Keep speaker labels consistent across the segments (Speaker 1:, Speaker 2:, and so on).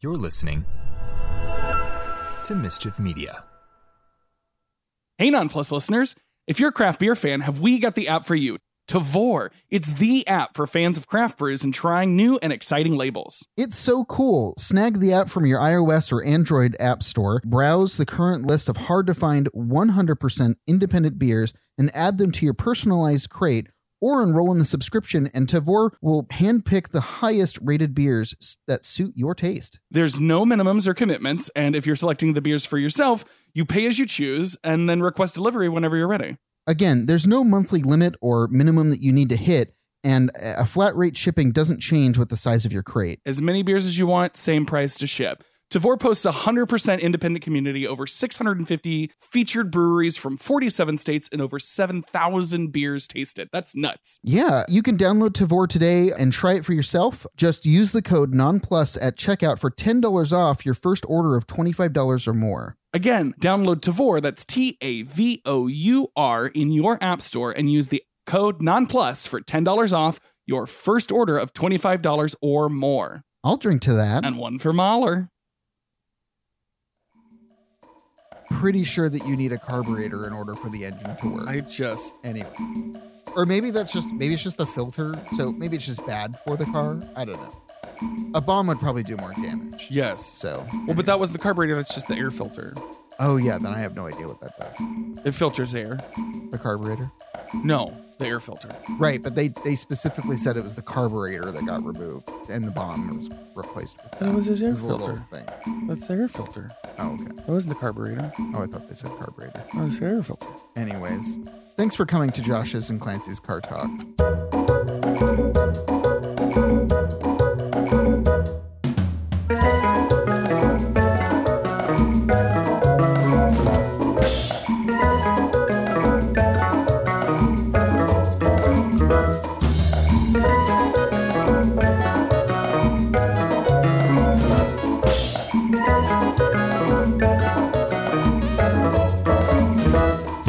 Speaker 1: You're listening to Mischief Media.
Speaker 2: Hey, Nonplus listeners, if you're a craft beer fan, have we got the app for you? Tavor. It's the app for fans of craft brews and trying new and exciting labels.
Speaker 3: It's so cool. Snag the app from your iOS or Android app store, browse the current list of hard to find 100% independent beers, and add them to your personalized crate or enroll in the subscription, and Tavor will handpick the highest rated beers s- that suit your taste.
Speaker 2: There's no minimums or commitments, and if you're selecting the beers for yourself, you pay as you choose and then request delivery whenever you're ready.
Speaker 3: Again, there's no monthly limit or minimum that you need to hit, and a a flat rate shipping doesn't change with the size of your crate.
Speaker 2: As many beers as you want, same price to ship. Tavor posts a 100% independent community, over 650 featured breweries from 47 states, and over 7,000 beers tasted. That's nuts.
Speaker 3: Yeah, you can download Tavor today and try it for yourself. Just use the code NONPLUS at checkout for $10 off your first order of $25 or more.
Speaker 2: Again, download Tavor, that's T A V O U R, in your app store and use the code NONPLUS for $10 off your first order of $25 or more.
Speaker 3: I'll drink to that.
Speaker 2: And one for Mahler.
Speaker 3: pretty sure that you need a carburetor in order for the engine to work.
Speaker 2: I just.
Speaker 3: anyway. Or maybe that's just maybe it's just the filter, so maybe it's just bad for the car. I don't know. A bomb would probably do more damage.
Speaker 2: Yes.
Speaker 3: So
Speaker 2: Well, but that wasn't the carburetor, that's just the air filter.
Speaker 3: Oh yeah, then I have no idea what that does.
Speaker 2: It filters air.
Speaker 3: The carburetor.
Speaker 2: No, the air filter.
Speaker 3: Right, but they they specifically said it was the carburetor that got removed and the bomb was replaced with that.
Speaker 2: That was his air
Speaker 3: It a little
Speaker 2: filter.
Speaker 3: thing.
Speaker 2: That's the air filter.
Speaker 3: Oh okay.
Speaker 2: That wasn't the carburetor.
Speaker 3: Oh I thought they said carburetor.
Speaker 2: That was the air filter.
Speaker 3: Anyways, thanks for coming to Josh's and Clancy's Car Talk.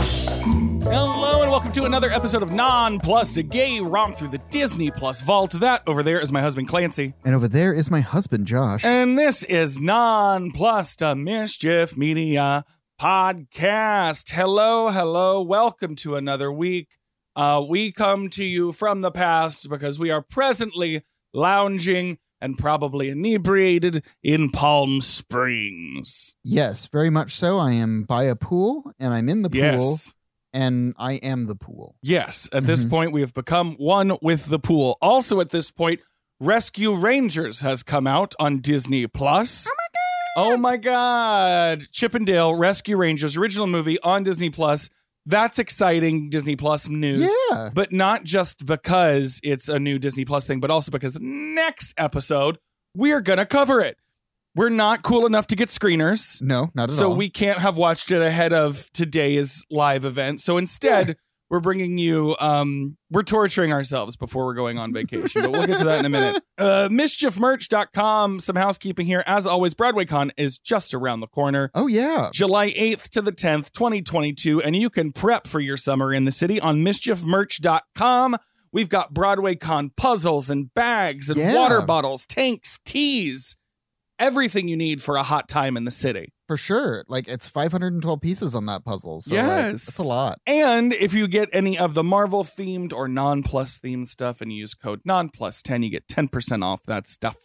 Speaker 2: Hello and welcome to another episode of Non Plus, a gay romp through the Disney Plus vault. That over there is my husband Clancy,
Speaker 3: And over there is my husband Josh.
Speaker 2: and this is Non Plus, a mischief media podcast. Hello, hello, welcome to another week. Uh, we come to you from the past because we are presently lounging and probably inebriated in Palm Springs.
Speaker 3: Yes, very much so. I am by a pool and I'm in the pool
Speaker 2: Yes.
Speaker 3: and I am the pool.
Speaker 2: Yes, at this
Speaker 3: Mhm.
Speaker 2: point, we have become one with the pool. Also, at this point, Rescue Rangers has come out on Disney Plus. Oh my God! Chippendale Rescue Rangers original movie on Disney Plus. That's exciting Disney Plus news.
Speaker 3: Yeah.
Speaker 2: But not just because it's a new Disney Plus thing, but also because next episode we're gonna cover it. We're not cool enough to get screeners.
Speaker 3: No, not at
Speaker 2: So
Speaker 3: all.
Speaker 2: we can't have watched it ahead of today's live event. So instead, we're bringing you, um, we're torturing ourselves before we're going on vacation. but we'll get to that in a minute. Uh, mischiefmerch.com, some housekeeping here. As always, BroadwayCon is just around the corner.
Speaker 3: Oh yeah.
Speaker 2: July 8th to the 10th, 2022, and you can prep for your summer in the city on mischiefmerch.com. We've got Broadway Con puzzles and bags and
Speaker 3: Yeah.
Speaker 2: water bottles, tanks, teas, everything you need for a hot time in the city.
Speaker 3: For sure. Like it's 512 pieces on that puzzle. So like,
Speaker 2: Yes.
Speaker 3: that's a lot.
Speaker 2: And if you get any of the Marvel themed or nonplus themed stuff and you use code nonplus10, you get 10% off that stuff.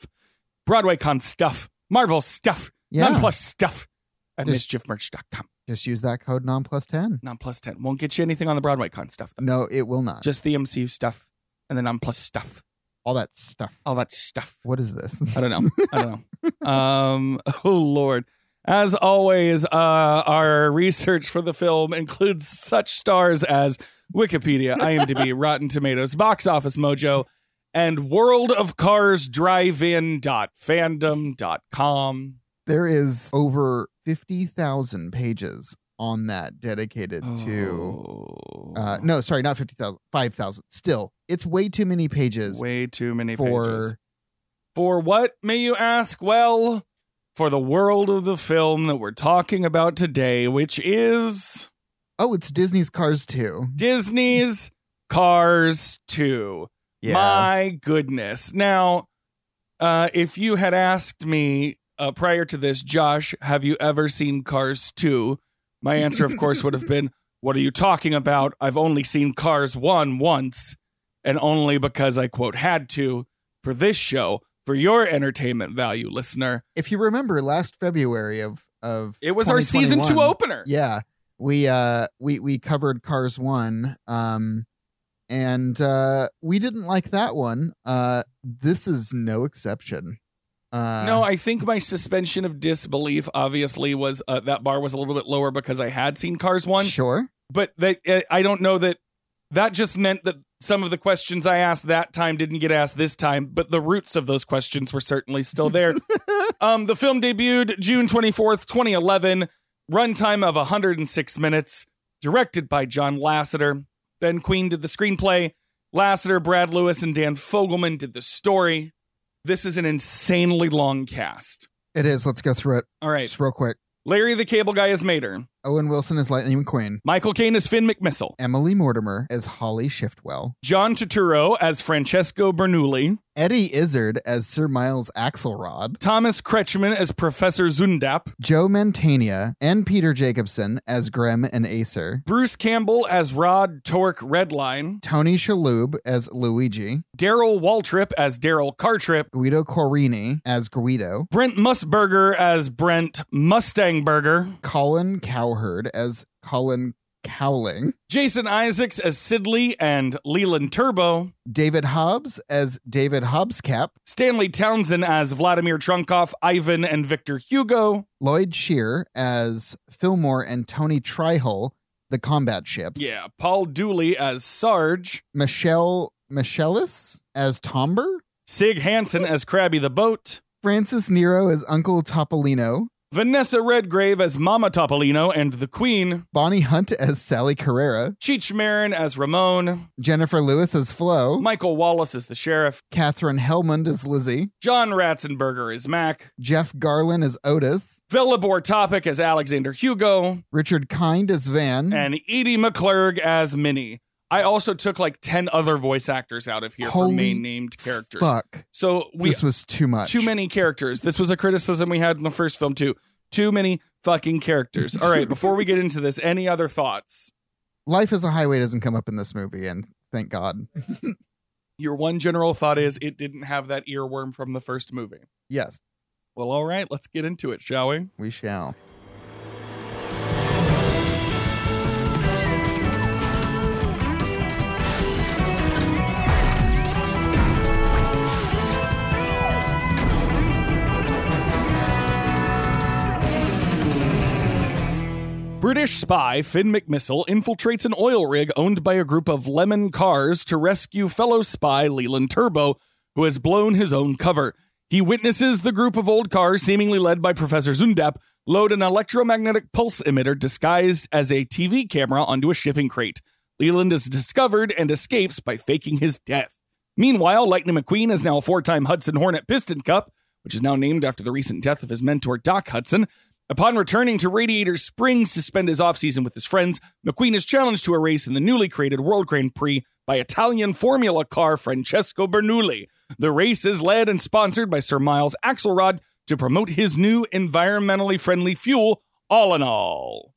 Speaker 2: Broadway con stuff, Marvel stuff,
Speaker 3: Yeah.
Speaker 2: nonplus stuff at
Speaker 3: Just-
Speaker 2: mischiefmerch.com.
Speaker 3: Just use that code non plus 10.
Speaker 2: Nonplus 10 won't get you anything on the Broadway con stuff, though.
Speaker 3: No, it will not.
Speaker 2: just the MCU stuff and the nonplus stuff,
Speaker 3: all that stuff.
Speaker 2: all that stuff.
Speaker 3: What is this?
Speaker 2: I don't know. I don't know. Um, oh Lord. As always, uh, our research for the film includes such stars as Wikipedia, IMDb, Rotten Tomatoes, Box Office Mojo, and World of Cars Drive In.fandom.com.
Speaker 3: There is over 50,000 pages on that dedicated to
Speaker 2: Oh.
Speaker 3: uh no, sorry, not 50,000, 5,000. Still, it's way too many pages
Speaker 2: Way too many
Speaker 3: for
Speaker 2: pages. For what, may you ask? Well, for the world of the film that we're talking about today, which is.
Speaker 3: Oh, it's Disney's Cars too.
Speaker 2: Disney's Cars 2. My goodness. Now, uh, if you had asked me uh, prior to this, Josh, have you ever seen Cars 2? My answer, of course, would have been, What are you talking about? I've only seen Cars 1 once, and only because I, quote, had to for this show, for your entertainment value, listener.
Speaker 3: If you remember last February of of
Speaker 2: It was our season
Speaker 3: 2021,
Speaker 2: two opener.
Speaker 3: Yeah. We uh we we covered Cars 1 um and uh we didn't like that one. Uh this is no exception. Uh
Speaker 2: No, I think my suspension of disbelief obviously was uh, that bar was a little bit lower because I had seen Cars 1,
Speaker 3: sure.
Speaker 2: but that uh, I don't know that that just meant that some of the questions I asked that time didn't get asked this time, but the roots of those questions were certainly still there. um, the film debuted June 24th, 2011, runtime of 106 minutes, directed by John Lasseter. Ben Queen did the screenplay. Lasseter, Brad Lewis, and Dan Fogelman did the story. This is an insanely long cast.
Speaker 3: It is. Let's go through it
Speaker 2: All right.
Speaker 3: just real quick.
Speaker 2: Larry the Cable Guy is Mater.
Speaker 3: Owen Wilson is Lightning McQueen.
Speaker 2: Michael Caine is Finn McMissile.
Speaker 3: Emily Mortimer as Holly Shiftwell.
Speaker 2: John Turturro as Francesco Bernoulli.
Speaker 3: Eddie Izzard as Sir Miles Axelrod.
Speaker 2: Thomas Kretschmann as Professor Zundap,
Speaker 3: Joe Mantegna and Peter Jacobson as Grim and Acer,
Speaker 2: Bruce Campbell as Rod Torque Redline,
Speaker 3: Tony Shalhoub as Luigi,
Speaker 2: Daryl Waltrip as Daryl Cartrip,
Speaker 3: Guido Corini as Guido,
Speaker 2: Brent Musburger as Brent Mustangburger,
Speaker 3: Colin Cowherd as Colin Cowling,
Speaker 2: Jason Isaacs as Sidley and Leland Turbo,
Speaker 3: David Hobbs as David Hobbscap,
Speaker 2: Stanley Townsend as Vladimir Trunkov, Ivan, and Victor Hugo,
Speaker 3: Lloyd Shear as Fillmore and Tony Trihole, the combat ships,
Speaker 2: yeah, Paul Dooley as Sarge,
Speaker 3: Michelle Michellis as Tomber,
Speaker 2: Sig Hansen as Krabby the Boat,
Speaker 3: Francis Nero as Uncle Topolino,
Speaker 2: Vanessa Redgrave as Mama Topolino and the Queen,
Speaker 3: Bonnie Hunt as Sally Carrera,
Speaker 2: Cheech Marin as Ramon,
Speaker 3: Jennifer Lewis as Flo,
Speaker 2: Michael Wallace is the sheriff.
Speaker 3: Catherine Helmond as Lizzie,
Speaker 2: John Ratzenberger is Mac.
Speaker 3: Jeff Garlin as Otis,
Speaker 2: Velibor Topic as Alexander Hugo.
Speaker 3: Richard Kind as Van.
Speaker 2: And Edie McClurg as Minnie. I also took like 10 other voice actors out of here
Speaker 3: Holy
Speaker 2: for main named characters.
Speaker 3: Fuck,
Speaker 2: So we
Speaker 3: this was too much.
Speaker 2: too many characters. This was a criticism we had in the first film too. Too many fucking characters. All right, before we get into this, any other thoughts?
Speaker 3: Life as a Highway doesn't come up in this movie, and thank God.
Speaker 2: Your one general thought is it didn't have that earworm from the first movie.
Speaker 3: Yes,
Speaker 2: Well, all right, let's get into it, shall we?
Speaker 3: we shall.
Speaker 2: British spy Finn McMissile infiltrates an oil rig owned by a group of lemon cars to rescue fellow spy Leland Turbo, who has blown his own cover. He witnesses the group of old cars, seemingly led by Professor Zundap, load an electromagnetic pulse emitter disguised as a TV camera onto a shipping crate. Leland is discovered and escapes by faking his death. Meanwhile, Lightning McQueen is now a four time Hudson Hornet Piston Cup, which is now named after the recent death of his mentor, Doc Hudson. Upon returning to Radiator Springs to spend his offseason with his friends, McQueen is challenged to a race in the newly created World Grand Prix by Italian Formula car Francesco Bernoulli. The race is led and sponsored by Sir Miles Axelrod to promote his new environmentally friendly fuel, All in All.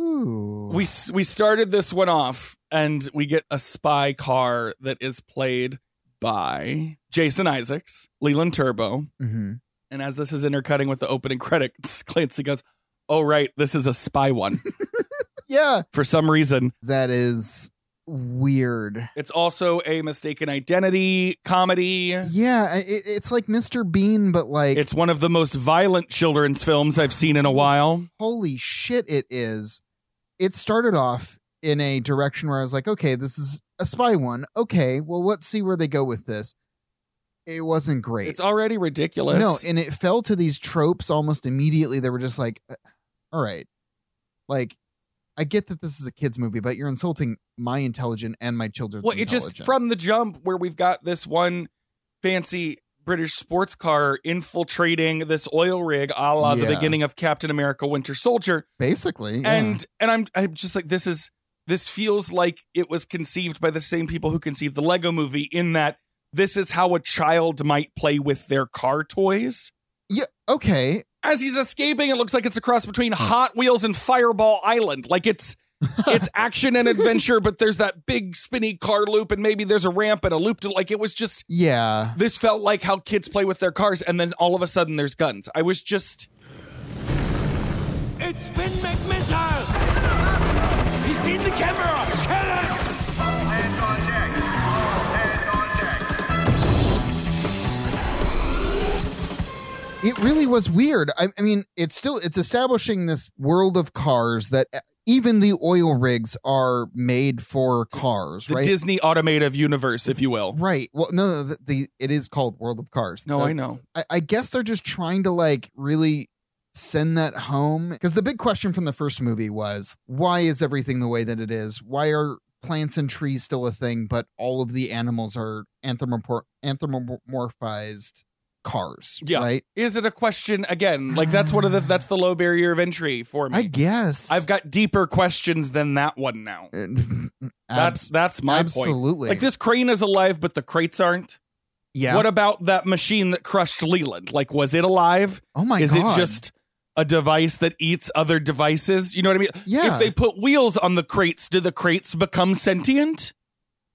Speaker 3: Ooh.
Speaker 2: We we started this one off and we get a spy car that is played by Jason Isaacs, Leland Turbo,
Speaker 3: Mhm.
Speaker 2: and as this is intercutting with the opening credits, Clancy goes, "Oh right, this is a spy one."
Speaker 3: Yeah,
Speaker 2: For some reason,
Speaker 3: that is weird.
Speaker 2: it's also a mistaken identity comedy.
Speaker 3: Yeah, I- it, it's like Mr. Bean, but like,
Speaker 2: It's one of the most violent children's films I've seen in a while.
Speaker 3: holy shit, it is. It started off in a direction where I was like, okay, this is a spy one. Okay, well, let's see where they go with this. It wasn't great.
Speaker 2: It's already ridiculous.
Speaker 3: No, and it fell to these tropes almost immediately. They were just like, uh, all right, like I get that this is a kids movie, but you're insulting my intelligence and my children's.
Speaker 2: well, it just
Speaker 3: intelligence.
Speaker 2: from the jump where we've got this one fancy British sports car infiltrating this oil rig, a la the
Speaker 3: Yeah.
Speaker 2: beginning of Captain America: Winter Soldier.
Speaker 3: basically, yeah.
Speaker 2: and and I'm I'm just like this is this feels like it was conceived by the same people who conceived the Lego Movie in that this is how a child might play with their car toys.
Speaker 3: Yeah, okay.
Speaker 2: As he's escaping, it looks like it's a cross between Hot Wheels and Fireball Island. Like it's it's action and adventure, but there's that big spinny car loop, and maybe there's a ramp and a loop to like it was just
Speaker 3: Yeah.
Speaker 2: this felt like how kids play with their cars, and then all of a sudden there's guns. I was just
Speaker 4: It's Finn McMissile! He's seen the camera! Kill us!
Speaker 5: Hands on deck. Hands on deck.
Speaker 3: It really was weird. I, I mean, it's still it's establishing this world of cars that uh, even the oil rigs are made for cars,
Speaker 2: the
Speaker 3: right?
Speaker 2: Disney automotive universe, if you will.
Speaker 3: Right. Well, no, no, the, the it is called World of Cars.
Speaker 2: No,
Speaker 3: The-
Speaker 2: I know.
Speaker 3: I, I guess they're just trying to like really send that home because the big question from the first movie was why is everything the way that it is? Why are plants and trees still a thing, but all of the animals are anthropomor- anthropomorphized cars?
Speaker 2: Yeah.
Speaker 3: right.
Speaker 2: Is it a question again? Like that's one of the that's the low barrier of entry for me.
Speaker 3: I guess
Speaker 2: I've got deeper questions than that one now. That's
Speaker 3: that's
Speaker 2: that's my point.
Speaker 3: absolutely
Speaker 2: Like this crane is alive, but the crates aren't.
Speaker 3: Yeah.
Speaker 2: What about that machine that crushed Leland? Like, was it alive?
Speaker 3: oh my
Speaker 2: is
Speaker 3: god.
Speaker 2: it just a device that eats other devices? You know what I mean?
Speaker 3: Yeah.
Speaker 2: If they put wheels on the crates, do the crates become sentient?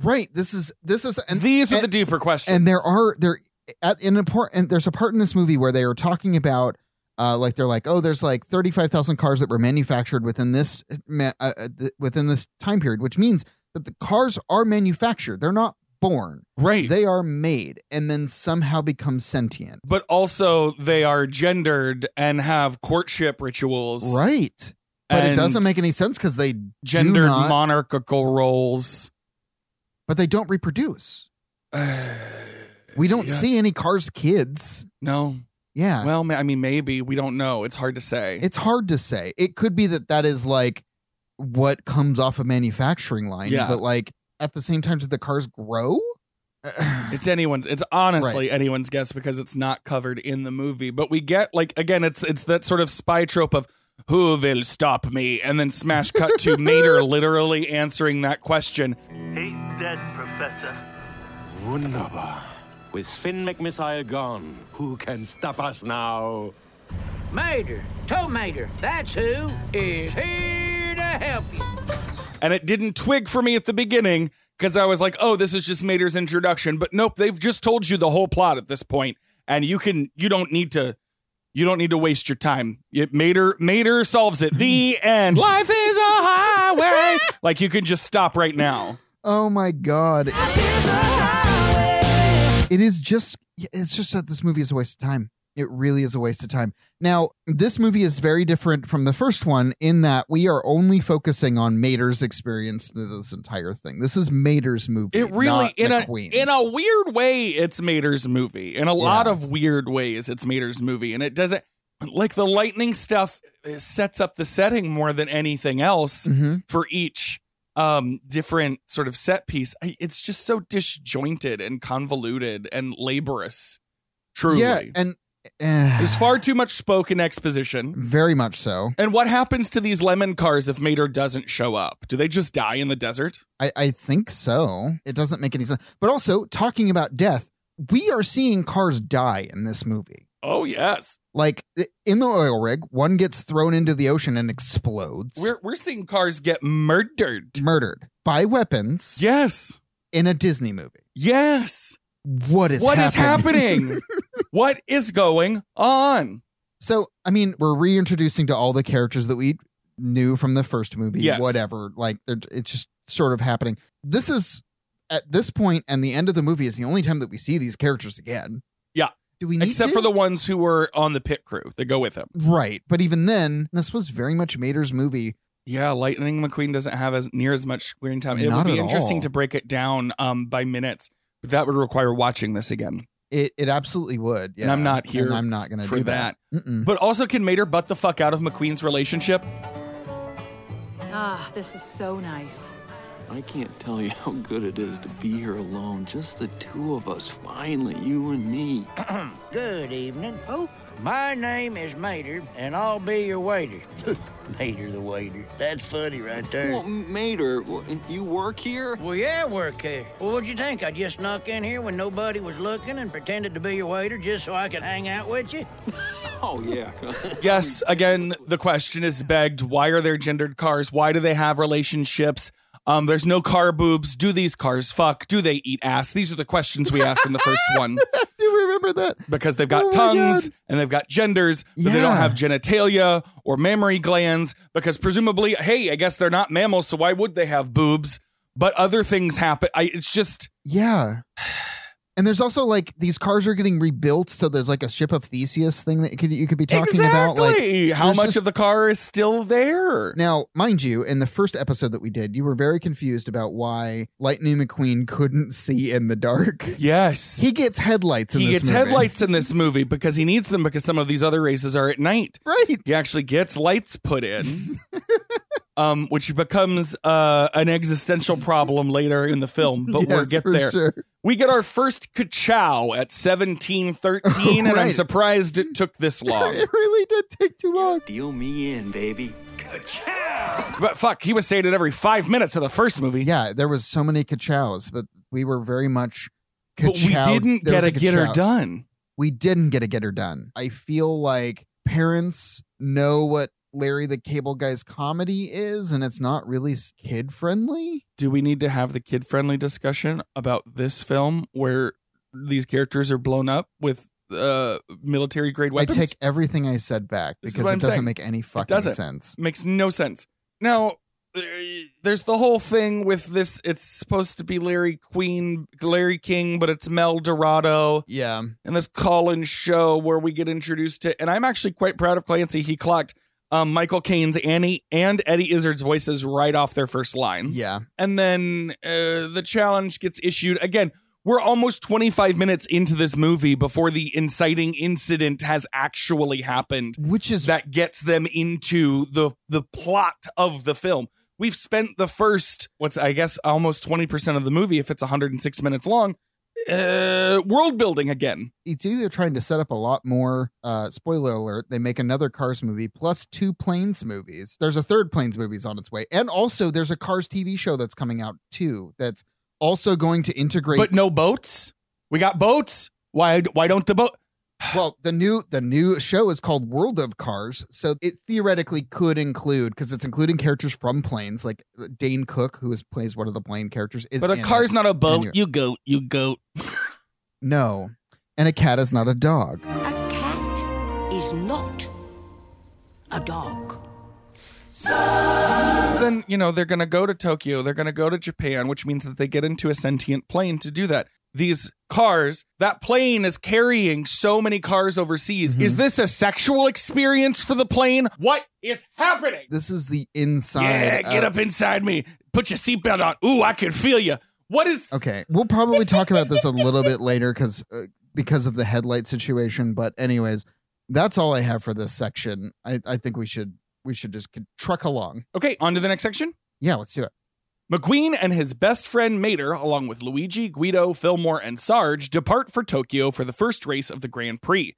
Speaker 3: right? This is this is and
Speaker 2: These are
Speaker 3: and-
Speaker 2: the deeper questions.
Speaker 3: and there are there at in a part and there's a part in this movie where they are talking about uh, like they're like oh there's like 35,000 cars that were manufactured within this ma- uh, uh, th- within this time period which means that the cars are manufactured they're not born
Speaker 2: right.
Speaker 3: they are made and then somehow become sentient
Speaker 2: but also they are gendered and have courtship rituals.
Speaker 3: right but it
Speaker 2: and
Speaker 3: doesn't make any sense cuz they
Speaker 2: gendered
Speaker 3: do not,
Speaker 2: monarchical roles.
Speaker 3: but they don't reproduce we don't
Speaker 2: Yeah.
Speaker 3: see any cars kids
Speaker 2: No.
Speaker 3: yeah
Speaker 2: Well, ma- I mean, maybe we don't know. It's hard to say.
Speaker 3: it's hard to say. It could be that that is like what comes off a manufacturing line,
Speaker 2: Yeah.
Speaker 3: but like at the same time, did the cars grow?
Speaker 2: It's anyone's. It's honestly anyone's guess because it's not covered in the movie. But we get like again, it's it's that sort of spy trope of who will stop me, and then smash cut to Mater literally answering that question.
Speaker 6: He's dead, Professor.
Speaker 4: Wunderbar. With Finn McMissile gone, who can stop us now?
Speaker 7: Mater, Toe Mater, that's who is here to help you.
Speaker 2: And it didn't twig for me at the beginning because I was like, oh, this is just Mater's introduction. But nope, they've just told you the whole plot at this point, and you can you don't need to. You don't need to waste your time. It, Mater Mater solves it. The end. Life is a highway. like you can just stop right now.
Speaker 3: Oh my god! It is just. It's just that this movie is a waste of time. It really is a waste of time. Now, this movie is very different from the first one in that we are only focusing on Mater's experience through this entire thing. This is Mater's movie.
Speaker 2: It really
Speaker 3: not
Speaker 2: in a
Speaker 3: McQueen's.
Speaker 2: in a weird way it's Mater's movie. In a lot
Speaker 3: Yeah.
Speaker 2: of weird ways it's Mater's movie and it doesn't like the lightning stuff it sets up the setting more than anything else
Speaker 3: Mhm.
Speaker 2: for each um different sort of set piece. I, it's just so disjointed and convoluted and laborious. Truly.
Speaker 3: yeah, and eh,
Speaker 2: There's far too much spoken exposition.
Speaker 3: very much so.
Speaker 2: And what happens to these lemon cars if Mater doesn't show up? Do they just die in the desert?
Speaker 3: I, I think so. It doesn't make any sense. But also, talking about death, we are seeing cars die in this movie.
Speaker 2: Oh yes.
Speaker 3: Like i- in the oil rig, one gets thrown into the ocean and explodes.
Speaker 2: We're we're seeing cars get murdered.
Speaker 3: murdered by weapons
Speaker 2: Yes.
Speaker 3: in a Disney movie.
Speaker 2: Yes.
Speaker 3: What is
Speaker 2: What is
Speaker 3: happening?
Speaker 2: happening? what is going on?
Speaker 3: So, I mean, we're reintroducing to all the characters that we knew from the first movie,
Speaker 2: Yes.
Speaker 3: whatever. Like, they're- it's just sort of happening. This is at this point and the end of the movie is the only time that we see these characters again.
Speaker 2: Yeah.
Speaker 3: Do we need
Speaker 2: Except
Speaker 3: to?
Speaker 2: for the ones who were on the pit crew that go with him.
Speaker 3: Right. But even then, this was very much Mater's movie.
Speaker 2: Yeah, Lightning McQueen doesn't have as near as much screen time. It
Speaker 3: Not
Speaker 2: would be
Speaker 3: at
Speaker 2: interesting
Speaker 3: all.
Speaker 2: to break it down um, by minutes, but that would require watching this again.
Speaker 3: It it absolutely would. Yeah.
Speaker 2: And I'm not here
Speaker 3: And I'm not gonna
Speaker 2: for
Speaker 3: do that. Mm-mm.
Speaker 2: But also, can Mater butt the fuck out of McQueen's relationship?
Speaker 8: Ah, this is so nice.
Speaker 9: I can't tell you how good it is to be here alone, just the two of us, finally, you and me.
Speaker 7: Good evening. Oh. My name is Mater, and I'll be your waiter. Mater the waiter. That's funny right there.
Speaker 9: Well, Mater, well, you work here?
Speaker 7: Well, yeah, work here. Well, what'd you think? I just snuck in here when nobody was looking and pretended to be your waiter just so I could hang out with you?
Speaker 9: Oh, yeah.
Speaker 2: Yes, again, the question is begged why are there gendered cars? Why do they have relationships? Um, there's no car boobs. Do these cars fuck? Do they eat ass? These are the questions we asked in the first one
Speaker 3: Do you remember that?
Speaker 2: because they've got
Speaker 3: Oh my
Speaker 2: tongues
Speaker 3: God.
Speaker 2: and they've got genders, but they don't
Speaker 3: Yeah.
Speaker 2: have genitalia or mammary glands because presumably, hey, I guess they're not mammals, so why would they have boobs? But other things happen. I, it's just
Speaker 3: Yeah. And there's also like these cars are getting rebuilt, so there's like a ship of Theseus thing that you could, you could be talking about. Like
Speaker 2: Exactly. how
Speaker 3: there's
Speaker 2: much
Speaker 3: just-
Speaker 2: of the car is still there?
Speaker 3: now, mind you, in the first episode that we did, you were very confused about why Lightning McQueen couldn't see in the dark.
Speaker 2: Yes,
Speaker 3: He gets headlights. In
Speaker 2: he
Speaker 3: this
Speaker 2: gets
Speaker 3: movie.
Speaker 2: headlights in this movie because he needs them because some of these other races are at night.
Speaker 3: right?
Speaker 2: He actually gets lights put in, um, which becomes uh, an existential problem later in the film. But we'll
Speaker 3: Yes,
Speaker 2: get
Speaker 3: for
Speaker 2: there.
Speaker 3: sure.
Speaker 2: We get our first kachow at seventeen thirteen, and I'm
Speaker 3: Right.
Speaker 2: surprised it took this long.
Speaker 3: It really did take too long.
Speaker 9: Deal me in, baby.
Speaker 2: but fuck, he was saying it every five minutes of the first movie.
Speaker 3: Yeah, there was so many kachows, but we were very much.
Speaker 2: but we
Speaker 3: ka-chowed.
Speaker 2: didn't
Speaker 3: There
Speaker 2: get
Speaker 3: was
Speaker 2: a get her
Speaker 3: ka-chow.
Speaker 2: done.
Speaker 3: we didn't get a get her done. I feel like parents know what Larry the Cable Guy's comedy is, and it's not really kid friendly.
Speaker 2: do we need to have the kid friendly discussion about this film where these characters are blown up with uh, military grade
Speaker 3: I
Speaker 2: weapons?
Speaker 3: take everything I said back
Speaker 2: This is
Speaker 3: because
Speaker 2: what
Speaker 3: it
Speaker 2: I'm
Speaker 3: doesn't
Speaker 2: saying.
Speaker 3: make any fucking
Speaker 2: doesn't.
Speaker 3: sense.
Speaker 2: Makes no sense. Now, uh, there's the whole thing with this. It's supposed to be Larry Queen, Larry King, but it's Mel Dorado
Speaker 3: Yeah.
Speaker 2: and this call-in show where we get introduced to. And I'm actually quite proud of Clancy. He clocked um, Michael Caine's Annie and Eddie Izzard's voices right off their first lines.
Speaker 3: Yeah.
Speaker 2: and then uh, the challenge gets issued again we're almost 25 minutes into this movie before the inciting incident has actually happened
Speaker 3: Which is
Speaker 2: that gets them into the the plot of the film we've spent the first what's i guess almost 20% of the movie if it's 106 minutes long uh, world building again
Speaker 3: it's either trying to set up a lot more uh spoiler alert, they make another Cars movie plus two planes movies. There's a third planes movies on its way. And also there's a Cars TV show that's coming out too that's also going to integrate
Speaker 2: but no boats we got boats why why don't the boat
Speaker 3: Well, the new the new show is called World of Cars, so it theoretically could include because it's including characters from planes, like uh, Dane Cook, who is, plays one of the plane characters. Is
Speaker 2: but a
Speaker 3: in
Speaker 2: car's
Speaker 3: it.
Speaker 2: not a boat
Speaker 3: Anyway.
Speaker 2: you goat you goat
Speaker 3: no, and a cat is not a dog.
Speaker 10: A cat is not a dog.
Speaker 2: then you know they're going to go to Tokyo, they're going to go to Japan, which means that they get into a sentient plane to do that. These cars, that plane is carrying so many cars overseas. Is this a sexual experience for the plane? What is happening?
Speaker 3: This is the inside.
Speaker 2: Yeah, get
Speaker 3: of-
Speaker 2: up inside me. Put your seatbelt on. Ooh, I can feel you. What is
Speaker 3: Okay, we'll probably talk about this a little bit later because uh, because of the headlight situation. But anyways, that's all I have for this section. I I think we should we should just c- truck along.
Speaker 2: Okay, on to the next section.
Speaker 3: Yeah, let's do it.
Speaker 2: McQueen and his best friend Mater, along with Luigi, Guido, Fillmore, and Sarge, depart for Tokyo for the first race of the Grand Prix.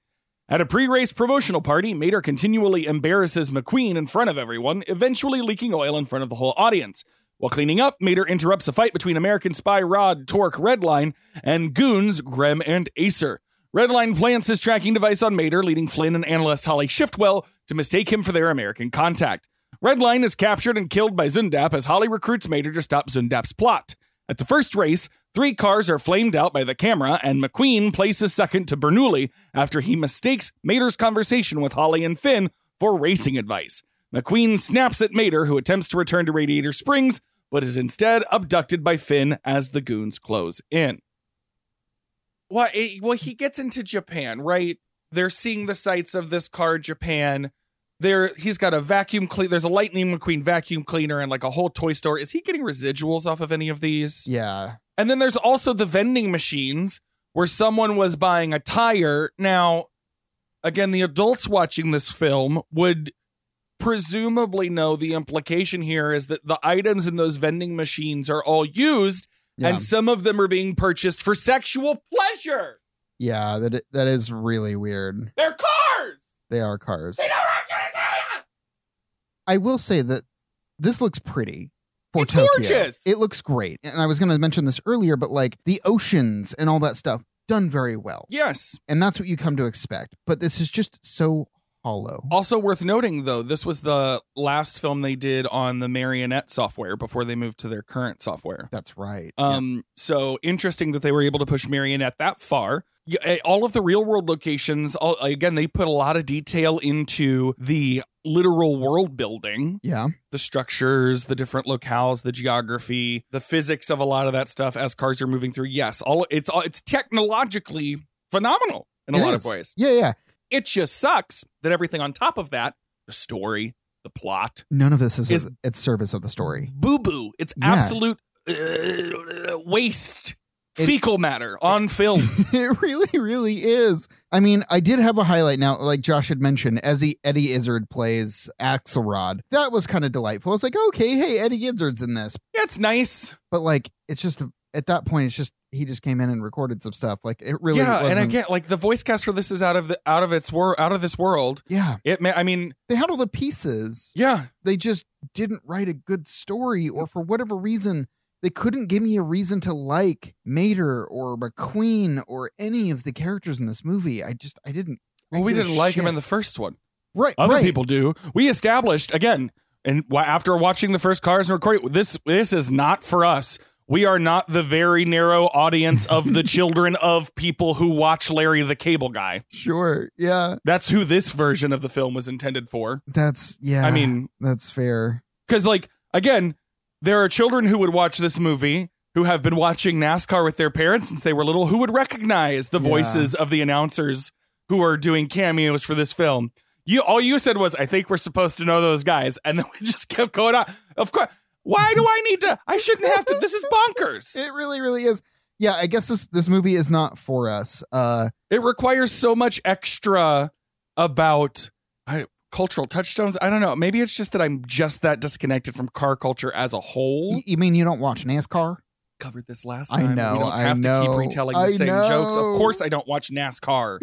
Speaker 2: At a pre race promotional party, Mater continually embarrasses McQueen in front of everyone, eventually leaking oil in front of the whole audience. While cleaning up, Mater interrupts a fight between American spy Rod Torque Redline and goons Grem and Acer. Redline plants his tracking device on Mater, leading Flynn and analyst Holly Shiftwell to mistake him for their American contact. Redline is captured and killed by Zundap as Holly recruits Mater to stop Zundap's plot. At the first race, three cars are flamed out by the camera, and McQueen places second to Bernoulli after he mistakes Mater's conversation with Holly and Finn for racing advice. McQueen snaps at Mater, who attempts to return to Radiator Springs, but is instead abducted by Finn as the goons close in. Well, it, well, he gets into Japan, right? They're seeing the sights of this car, Japan. There, he's got a vacuum clean. There's a Lightning McQueen vacuum cleaner and like a whole toy store. Is he getting residuals off of any of these?
Speaker 3: Yeah,
Speaker 2: And then there's also the vending machines where someone was buying a tire. Now, again, the adults watching this film would presumably know the implication here is that the items in those vending machines are all used
Speaker 3: yeah.
Speaker 2: and some of them are being purchased for sexual pleasure.
Speaker 3: Yeah, that i- that is really weird.
Speaker 2: They're cars.
Speaker 3: They are cars.
Speaker 2: They don't have genitalia.
Speaker 3: I will say that this looks pretty. For
Speaker 2: It's
Speaker 3: Tokyo.
Speaker 2: gorgeous!
Speaker 3: It looks great. And I was going to mention this earlier, but like the oceans and all that stuff done very well.
Speaker 2: Yes.
Speaker 3: And that's what you come to expect. But this is just so hollow.
Speaker 2: Also worth noting, though, this was the last film they did on the Marionette software before they moved to their current software.
Speaker 3: That's right. Yeah.
Speaker 2: Um, So interesting that they were able to push Marionette that far. Y- eh, All of the real world locations, all, again, they put a lot of detail into the literal world building,
Speaker 3: yeah.
Speaker 2: the structures, the different locales, the geography, the physics of a lot of that stuff as cars are moving through. Yes, all it's all, it's technologically phenomenal in a
Speaker 3: It
Speaker 2: lot
Speaker 3: is.
Speaker 2: of ways.
Speaker 3: Yeah, yeah.
Speaker 2: It just sucks that everything on top of that, the story, the plot,
Speaker 3: None of this is,
Speaker 2: Is-
Speaker 3: at service of the story.
Speaker 2: boo boo. It's
Speaker 3: Yeah.
Speaker 2: absolute uh, waste,
Speaker 3: It-
Speaker 2: fecal matter on film.
Speaker 3: it really, really is. I mean, I did have a highlight now, like Josh had mentioned, as he, Eddie Izzard plays Axelrod. That was kind of delightful. I was like, okay, hey, Eddie Izzard's in this.
Speaker 2: yeah, it's nice.
Speaker 3: But like, it's just, at that point, it's just, he just came in and recorded some stuff. Like, it really
Speaker 2: yeah,
Speaker 3: wasn't.
Speaker 2: and again, like the voice cast for this is out of the out of its wor- out of this world.
Speaker 3: yeah,
Speaker 2: It, ma- I mean,
Speaker 3: they had all the pieces.
Speaker 2: yeah,
Speaker 3: They just didn't write a good story, or for whatever reason, they couldn't give me a reason to like Mater or McQueen or any of the characters in this movie. I just, I didn't. I
Speaker 2: Well, we
Speaker 3: give a
Speaker 2: didn't like him
Speaker 3: shit.
Speaker 2: in the first one.
Speaker 3: right.
Speaker 2: Other
Speaker 3: right.
Speaker 2: people do. We established again, and wa- after watching the first Cars and recording this, this is not for us. We are not the very narrow audience of the children of people who watch Larry the Cable Guy.
Speaker 3: Sure. Yeah.
Speaker 2: That's who this version of the film was intended for.
Speaker 3: That's yeah.
Speaker 2: I mean,
Speaker 3: that's fair.
Speaker 2: because like again, there are children who would watch this movie who have been watching NASCAR with their parents since they were little who would recognize the
Speaker 3: Yeah.
Speaker 2: voices of the announcers who are doing cameos for this film. You all you said was, "I think we're supposed to know those guys," and then we just kept going on. Of course, why do I need to? I shouldn't have to. This is bonkers.
Speaker 3: It really, really is. Yeah. I guess this this movie is not for us. Uh.
Speaker 2: It requires so much extra about I, cultural touchstones. I don't know. Maybe it's just that I'm just that disconnected from car culture as a whole.
Speaker 3: y- You mean you don't watch NASCAR?
Speaker 2: covered this last
Speaker 3: I
Speaker 2: time. and
Speaker 3: know,
Speaker 2: We don't
Speaker 3: I
Speaker 2: have to
Speaker 3: know,
Speaker 2: keep retelling the
Speaker 3: I
Speaker 2: same jokes.
Speaker 3: know.
Speaker 2: Of course, I don't watch NASCAR.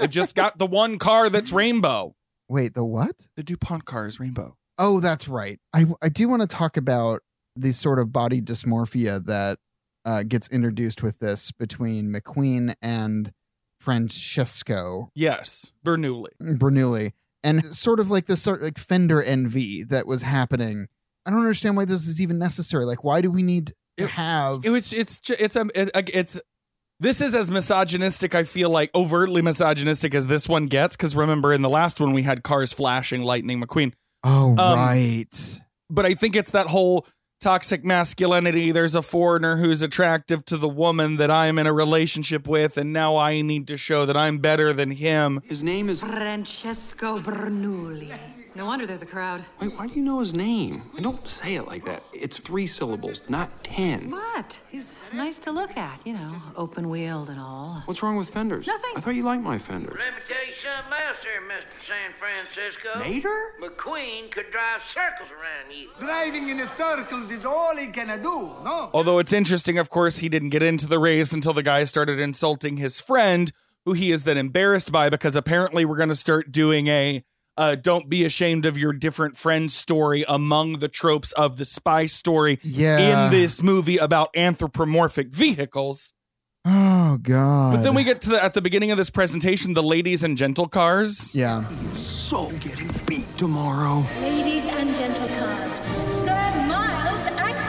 Speaker 2: I've just got the one car that's rainbow.
Speaker 3: Wait, the what?
Speaker 2: The DuPont car is rainbow.
Speaker 3: Oh, that's right. I I do want to talk about the sort of body dysmorphia that uh, gets introduced with this between McQueen and Francesco
Speaker 2: Yes, Bernoulli.
Speaker 3: Bernoulli, and sort of like this sort of like fender envy that was happening. I don't understand why this is even necessary. Like, why do we need to
Speaker 2: It-
Speaker 3: have?
Speaker 2: It was, it's ju- it's um, it, like, it's this is as misogynistic. I feel like overtly misogynistic as this one gets. Because remember, in the last one, we had cars flashing, lightning McQueen.
Speaker 3: oh,
Speaker 2: um,
Speaker 3: right.
Speaker 2: but I think it's that whole toxic masculinity. There's a foreigner who's attractive to the woman that I'm in a relationship with, and now I need to show that I'm better than him.
Speaker 9: His name is.
Speaker 10: Francesco Bernoulli.
Speaker 8: No wonder there's a crowd.
Speaker 9: Wait, why do you know his name? I don't say it like that. It's three syllables, not ten.
Speaker 8: But he's nice to look at, you know, open wheeled and all.
Speaker 9: What's wrong with fenders?
Speaker 8: Nothing.
Speaker 4: uh,
Speaker 9: I thought you liked my fenders.
Speaker 6: Let me tell you something else there, Mr. San Francisco.
Speaker 9: Mater?
Speaker 6: McQueen could drive circles around you.
Speaker 5: Driving in circles is all he can do, no?
Speaker 2: Although it's interesting, of course, he didn't get into the race until the guy started insulting his friend, who he is then embarrassed by because apparently we're going to start doing a uh, don't be ashamed of your different friends story among the tropes of the spy story
Speaker 3: Yeah.
Speaker 2: in this movie about anthropomorphic vehicles.
Speaker 3: Oh God.
Speaker 2: But then we get to the at the beginning of this presentation, the ladies and gentle cars.
Speaker 3: Yeah.
Speaker 9: So getting beat tomorrow.
Speaker 11: Ladies and gentle cars, Sir Miles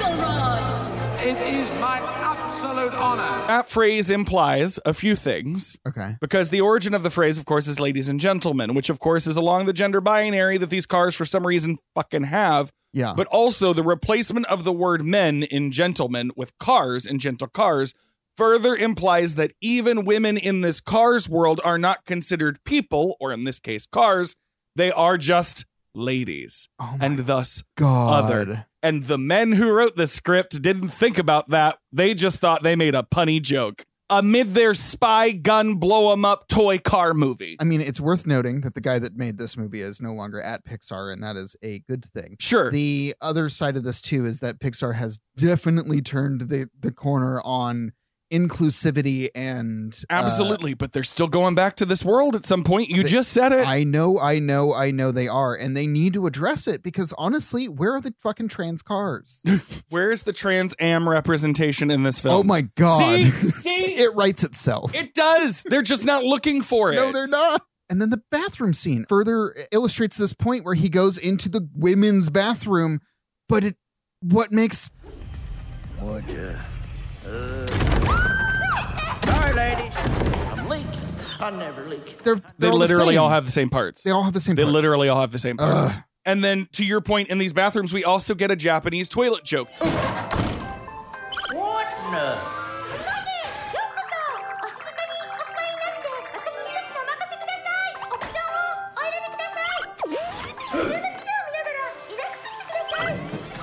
Speaker 11: Axelrod.
Speaker 5: It is my absolute honor.
Speaker 2: That phrase implies a few things.
Speaker 3: Okay.
Speaker 2: Because the origin of the phrase, of course, is ladies and gentlemen, which of course is along the gender binary that these cars for some reason fucking have.
Speaker 3: Yeah.
Speaker 2: But also the replacement of the word men in gentlemen with cars and gentle cars further implies that even women in this cars world are not considered people, or in this case, cars. They are just ladies.
Speaker 3: Oh my
Speaker 2: and thus
Speaker 3: God.
Speaker 2: other. And the men who wrote the script didn't think about that. They just thought they made a punny joke amid their spy gun blow 'em up toy car movie.
Speaker 3: I mean, it's worth noting that the guy that made this movie is no longer at Pixar, and that is a good thing.
Speaker 2: Sure.
Speaker 3: The other side of this too is that Pixar has definitely turned the the corner on inclusivity and uh,
Speaker 2: Absolutely, but they're still going back to this world at some point. You just said it.
Speaker 3: I know, I know, I know they are, and they need to address it because honestly, where are the fucking trans cars?
Speaker 2: Where is the Trans Am representation in this film?
Speaker 3: Oh my god!
Speaker 2: See, see,
Speaker 3: it writes itself.
Speaker 2: it does. They're just not looking for it.
Speaker 3: no, they're not. And then the bathroom scene further illustrates this point where he goes into the women's bathroom, but it what makes
Speaker 7: What, uh, uh... Sorry, ladies. I'm leaking. I never leak.
Speaker 3: they're,
Speaker 2: They
Speaker 3: they're all the
Speaker 2: literally
Speaker 3: same.
Speaker 2: all have the same parts.
Speaker 3: they all have the same
Speaker 2: They
Speaker 3: parts.
Speaker 2: literally all have the same part. And then to your point, in these bathrooms, we also get a Japanese toilet joke.
Speaker 7: What in the...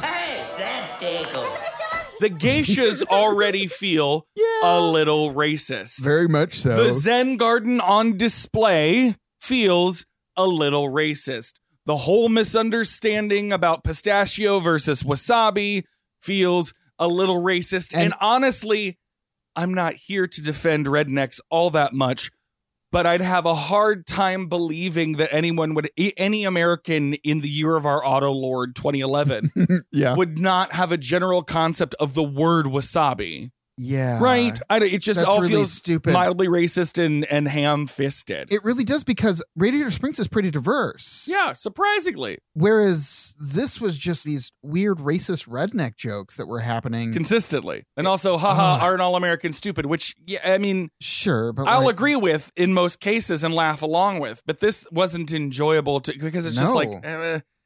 Speaker 7: Hey, that tickles.
Speaker 2: The geishas already feel a little racist.
Speaker 3: very much so.
Speaker 2: The Zen garden on display feels a little racist. The whole misunderstanding about pistachio versus wasabi feels a little racist. And,
Speaker 3: And-
Speaker 2: honestly, I'm not here to defend rednecks all that much, but I'd have a hard time believing that anyone would, a- any American in the year of our auto lord 2011,
Speaker 3: yeah,
Speaker 2: would not have a general concept of the word wasabi
Speaker 3: yeah,
Speaker 2: right? I, don't- it just
Speaker 3: Uh, that's
Speaker 2: all
Speaker 3: really
Speaker 2: feels
Speaker 3: stupid.
Speaker 2: mildly racist and and ham fisted.
Speaker 3: It really does because Radiator Springs is pretty diverse.
Speaker 2: Yeah, surprisingly
Speaker 3: Whereas this was just these weird racist redneck jokes that were happening.
Speaker 2: consistently, and also, haha,
Speaker 3: Ugh.
Speaker 2: aren't all Americans stupid? Which yeah, I mean,
Speaker 3: sure, uh. but
Speaker 2: I'll
Speaker 3: like,
Speaker 2: agree with in most cases and laugh along with, but this wasn't enjoyable to because it's just
Speaker 3: No.
Speaker 2: like eh,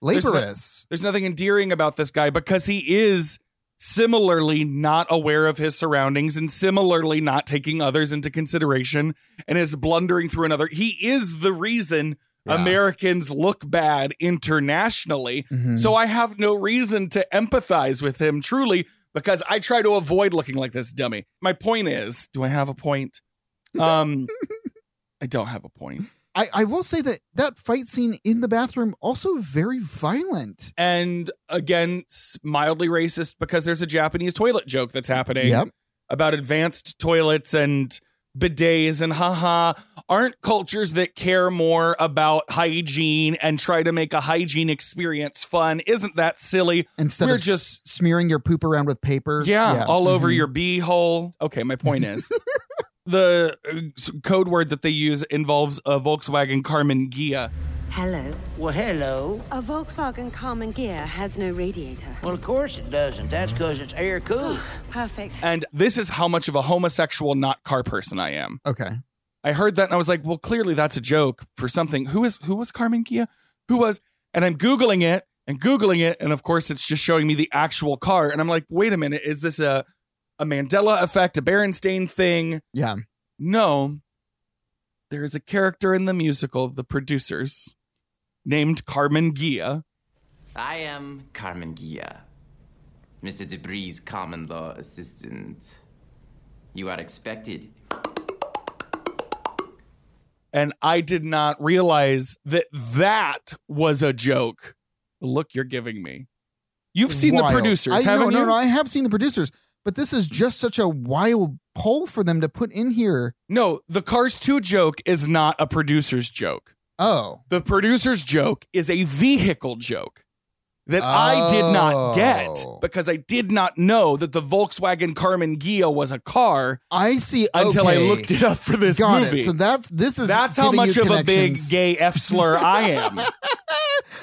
Speaker 2: there's no-
Speaker 3: laborious.
Speaker 2: there's nothing endearing about this guy because he is. Similarly, not aware of his surroundings and similarly not taking others into consideration and is blundering through another. He is the reason
Speaker 3: Yeah.
Speaker 2: Americans look bad internationally.
Speaker 3: Mhm.
Speaker 2: So I have no reason to empathize with him truly because I try to avoid looking like this dummy. My point is, do I have a point? Um I don't have a point.
Speaker 3: I, I will say that that fight scene in the bathroom also very violent.
Speaker 2: And again, s- mildly racist because there's a Japanese toilet joke that's happening
Speaker 3: Yep.
Speaker 2: about advanced toilets and bidets and haha aren't cultures that care more about hygiene and try to make a hygiene experience fun. Isn't that silly?
Speaker 3: Instead
Speaker 2: We're
Speaker 3: of
Speaker 2: just-
Speaker 3: just smearing your poop around with paper.
Speaker 2: Yeah, all over
Speaker 3: Mhm.
Speaker 2: your bee hole. Okay, my point is the uh, s- code word that they use involves a Volkswagen Carmen Ghia.
Speaker 10: Hello.
Speaker 7: Well, hello.
Speaker 10: A Volkswagen Common Gear has no radiator.
Speaker 7: Well, of course it doesn't. That's because it's air cooled.
Speaker 10: Perfect.
Speaker 2: And this is how much of a homosexual, not car person I am.
Speaker 3: Okay.
Speaker 2: I heard that and I was like, well, clearly that's a joke for something. Who is who was Carmen Ghia? Who was? And I'm googling it and googling it, and of course it's just showing me the actual car. And I'm like, wait a minute, is this a a Mandela effect, a Berenstain thing?
Speaker 3: Yeah.
Speaker 2: No, there is a character in the musical, The Producers, named Carmen Gia.
Speaker 12: I am Carmen Gia, Mr. Debris' common law assistant. You are expected.
Speaker 2: And I did not realize that that was a joke. The look you're giving me. You've seen
Speaker 3: Wild.
Speaker 2: the producers,
Speaker 3: I,
Speaker 2: haven't
Speaker 3: no,
Speaker 2: you?
Speaker 3: No, no, I have seen the producers, but this is just such a wild poll for them to put in here.
Speaker 2: No, the Cars 2 joke is not a producer's joke.
Speaker 3: Oh.
Speaker 2: The producer's joke is a vehicle joke that I did not get
Speaker 3: Oh.
Speaker 2: because I did not know that the Volkswagen Carmen Ghia was a car
Speaker 3: I see.
Speaker 2: until I
Speaker 3: okay.
Speaker 2: looked it up for this
Speaker 3: Got
Speaker 2: movie.
Speaker 3: it. So that this is
Speaker 2: That's how
Speaker 3: giving
Speaker 2: much
Speaker 3: you
Speaker 2: of a big
Speaker 3: connections.
Speaker 2: gay F slur I am.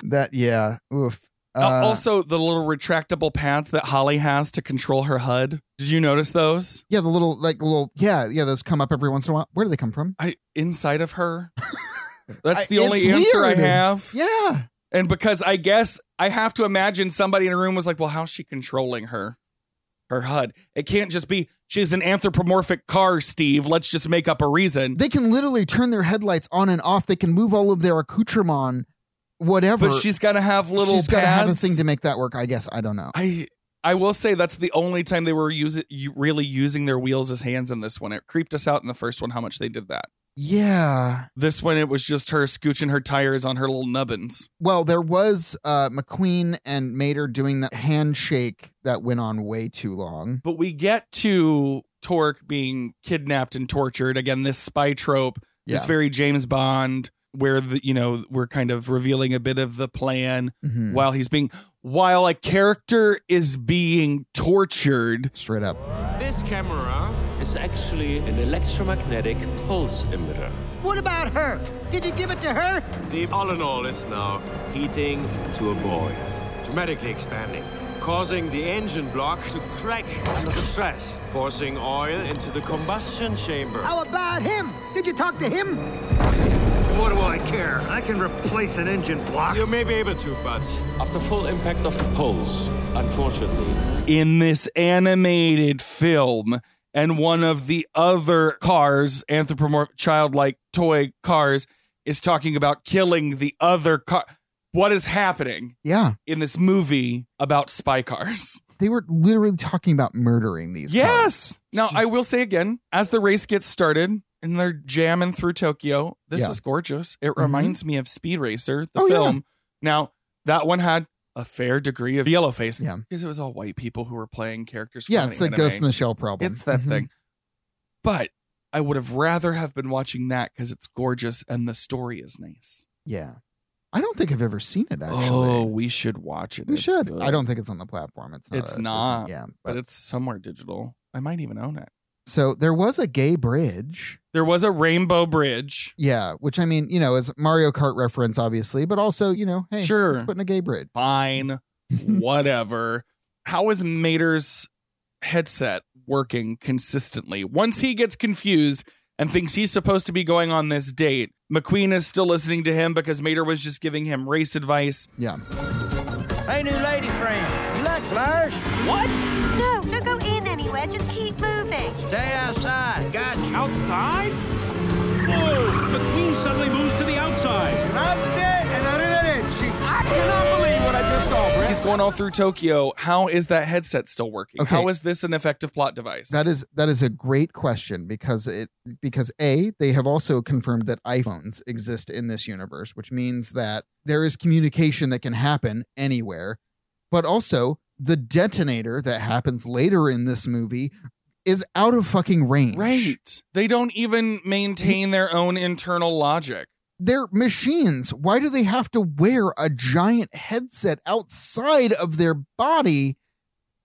Speaker 3: That yeah. Oof. Uh,
Speaker 2: Uh, also, the little retractable pads that Holly has to control her HUD. Did you notice those?
Speaker 3: yeah, the little like little yeah yeah those come up every once in a while. Where do they come from?
Speaker 2: I inside of her. That's
Speaker 3: I-
Speaker 2: the only
Speaker 3: it's
Speaker 2: answer
Speaker 3: weird.
Speaker 2: I have.
Speaker 3: Yeah.
Speaker 2: And because I guess I have to imagine somebody in a room was like, "Well, how's she controlling her her HUD? It can't just be she's an anthropomorphic car, Steve. Let's just make up a reason."
Speaker 3: They can literally turn their headlights on and off. They can move all of their accoutrement, whatever.
Speaker 2: But she's got to have little.
Speaker 3: she's gotta have a
Speaker 2: pads.
Speaker 3: thing to make that work. I guess I don't know.
Speaker 2: I I will say that's the only time they were using really using their wheels as hands in this one. It creeped us out in the first one how much they did that.
Speaker 3: yeah.
Speaker 2: This one it was just her scooching her tires on her little nubbins.
Speaker 3: Well, there was uh, McQueen and Mater doing the handshake that went on way too long.
Speaker 2: But we get to Torque being kidnapped and tortured. Again, this spy trope, this
Speaker 3: Yeah.
Speaker 2: very James Bond, where the you know we're kind of revealing a bit of the plan
Speaker 3: Mhm.
Speaker 2: while he's being while a character is being tortured.
Speaker 3: Straight up.
Speaker 4: This camera is actually an electromagnetic pulse emitter.
Speaker 13: What about her? Did you give it to her?
Speaker 4: The all in all is now heating to a boil, dramatically expanding, causing the engine block to crack under the stress, forcing oil into the combustion chamber.
Speaker 13: How about him? Did you talk to him? What do I care? I can replace an engine block.
Speaker 4: You may be able to, but after full impact of the pulse, unfortunately,
Speaker 2: in this animated film and one of the other cars anthropomorphic childlike toy cars is talking about killing the other car what is happening
Speaker 3: Yeah.
Speaker 2: in this movie about spy cars
Speaker 3: They were literally talking about murdering these.
Speaker 2: yes now i will say again as the race gets started and they're jamming through tokyo this
Speaker 3: Yeah.
Speaker 2: is gorgeous it
Speaker 3: Mhm.
Speaker 2: reminds me of speed racer the
Speaker 3: Oh, yeah.
Speaker 2: film now that one had a fair degree of yellow face
Speaker 3: Yeah.
Speaker 2: because it was all white people who were playing characters from
Speaker 3: Yeah,
Speaker 2: an
Speaker 3: it's like
Speaker 2: anime.
Speaker 3: Ghost in the Shell problem.
Speaker 2: It's that
Speaker 3: Mhm.
Speaker 2: thing. But I would have rather have been watching that because it's gorgeous and the story is nice.
Speaker 3: Yeah. I don't think I've ever seen it actually.
Speaker 2: Oh, we should watch it.
Speaker 3: we
Speaker 2: It's
Speaker 3: should.
Speaker 2: good.
Speaker 3: I don't think it's on the platform. It's not.
Speaker 2: It's
Speaker 3: a-
Speaker 2: not.
Speaker 3: yeah.
Speaker 2: but, it's somewhere digital. I might even own it.
Speaker 3: So there was a gay bridge.
Speaker 2: There was a Rainbow Bridge.
Speaker 3: Yeah, which I mean, you know, is Mario Kart reference obviously, but also, you know, hey,
Speaker 2: Sure.
Speaker 3: let's put in a gay bridge.
Speaker 2: Fine, whatever. How is Mater's headset working consistently? Once he gets confused and thinks he's supposed to be going on this date, McQueen is still listening to him because Mater was just giving him race advice.
Speaker 3: Yeah.
Speaker 7: Hey, new lady friend. You like flowers? What?
Speaker 14: No, don't go in anywhere. Just keep moving.
Speaker 7: Stay outside. Got you.
Speaker 15: Outside? Whoa! The queen suddenly moves to the outside.
Speaker 13: That's it, and arrivederci. I cannot believe what I just saw, Brett.
Speaker 2: He's going all through Tokyo. How is that headset still working?
Speaker 3: Okay.
Speaker 2: How is this an effective plot device?
Speaker 3: That is that is a great question because it because A, they have also confirmed that iPhones exist in this universe, which means that there is communication that can happen anywhere. But also the detonator that happens later in this movie is out of fucking range.
Speaker 2: right. They don't even maintain their own internal logic.
Speaker 3: They're machines. Why do they have to wear a giant headset outside of their body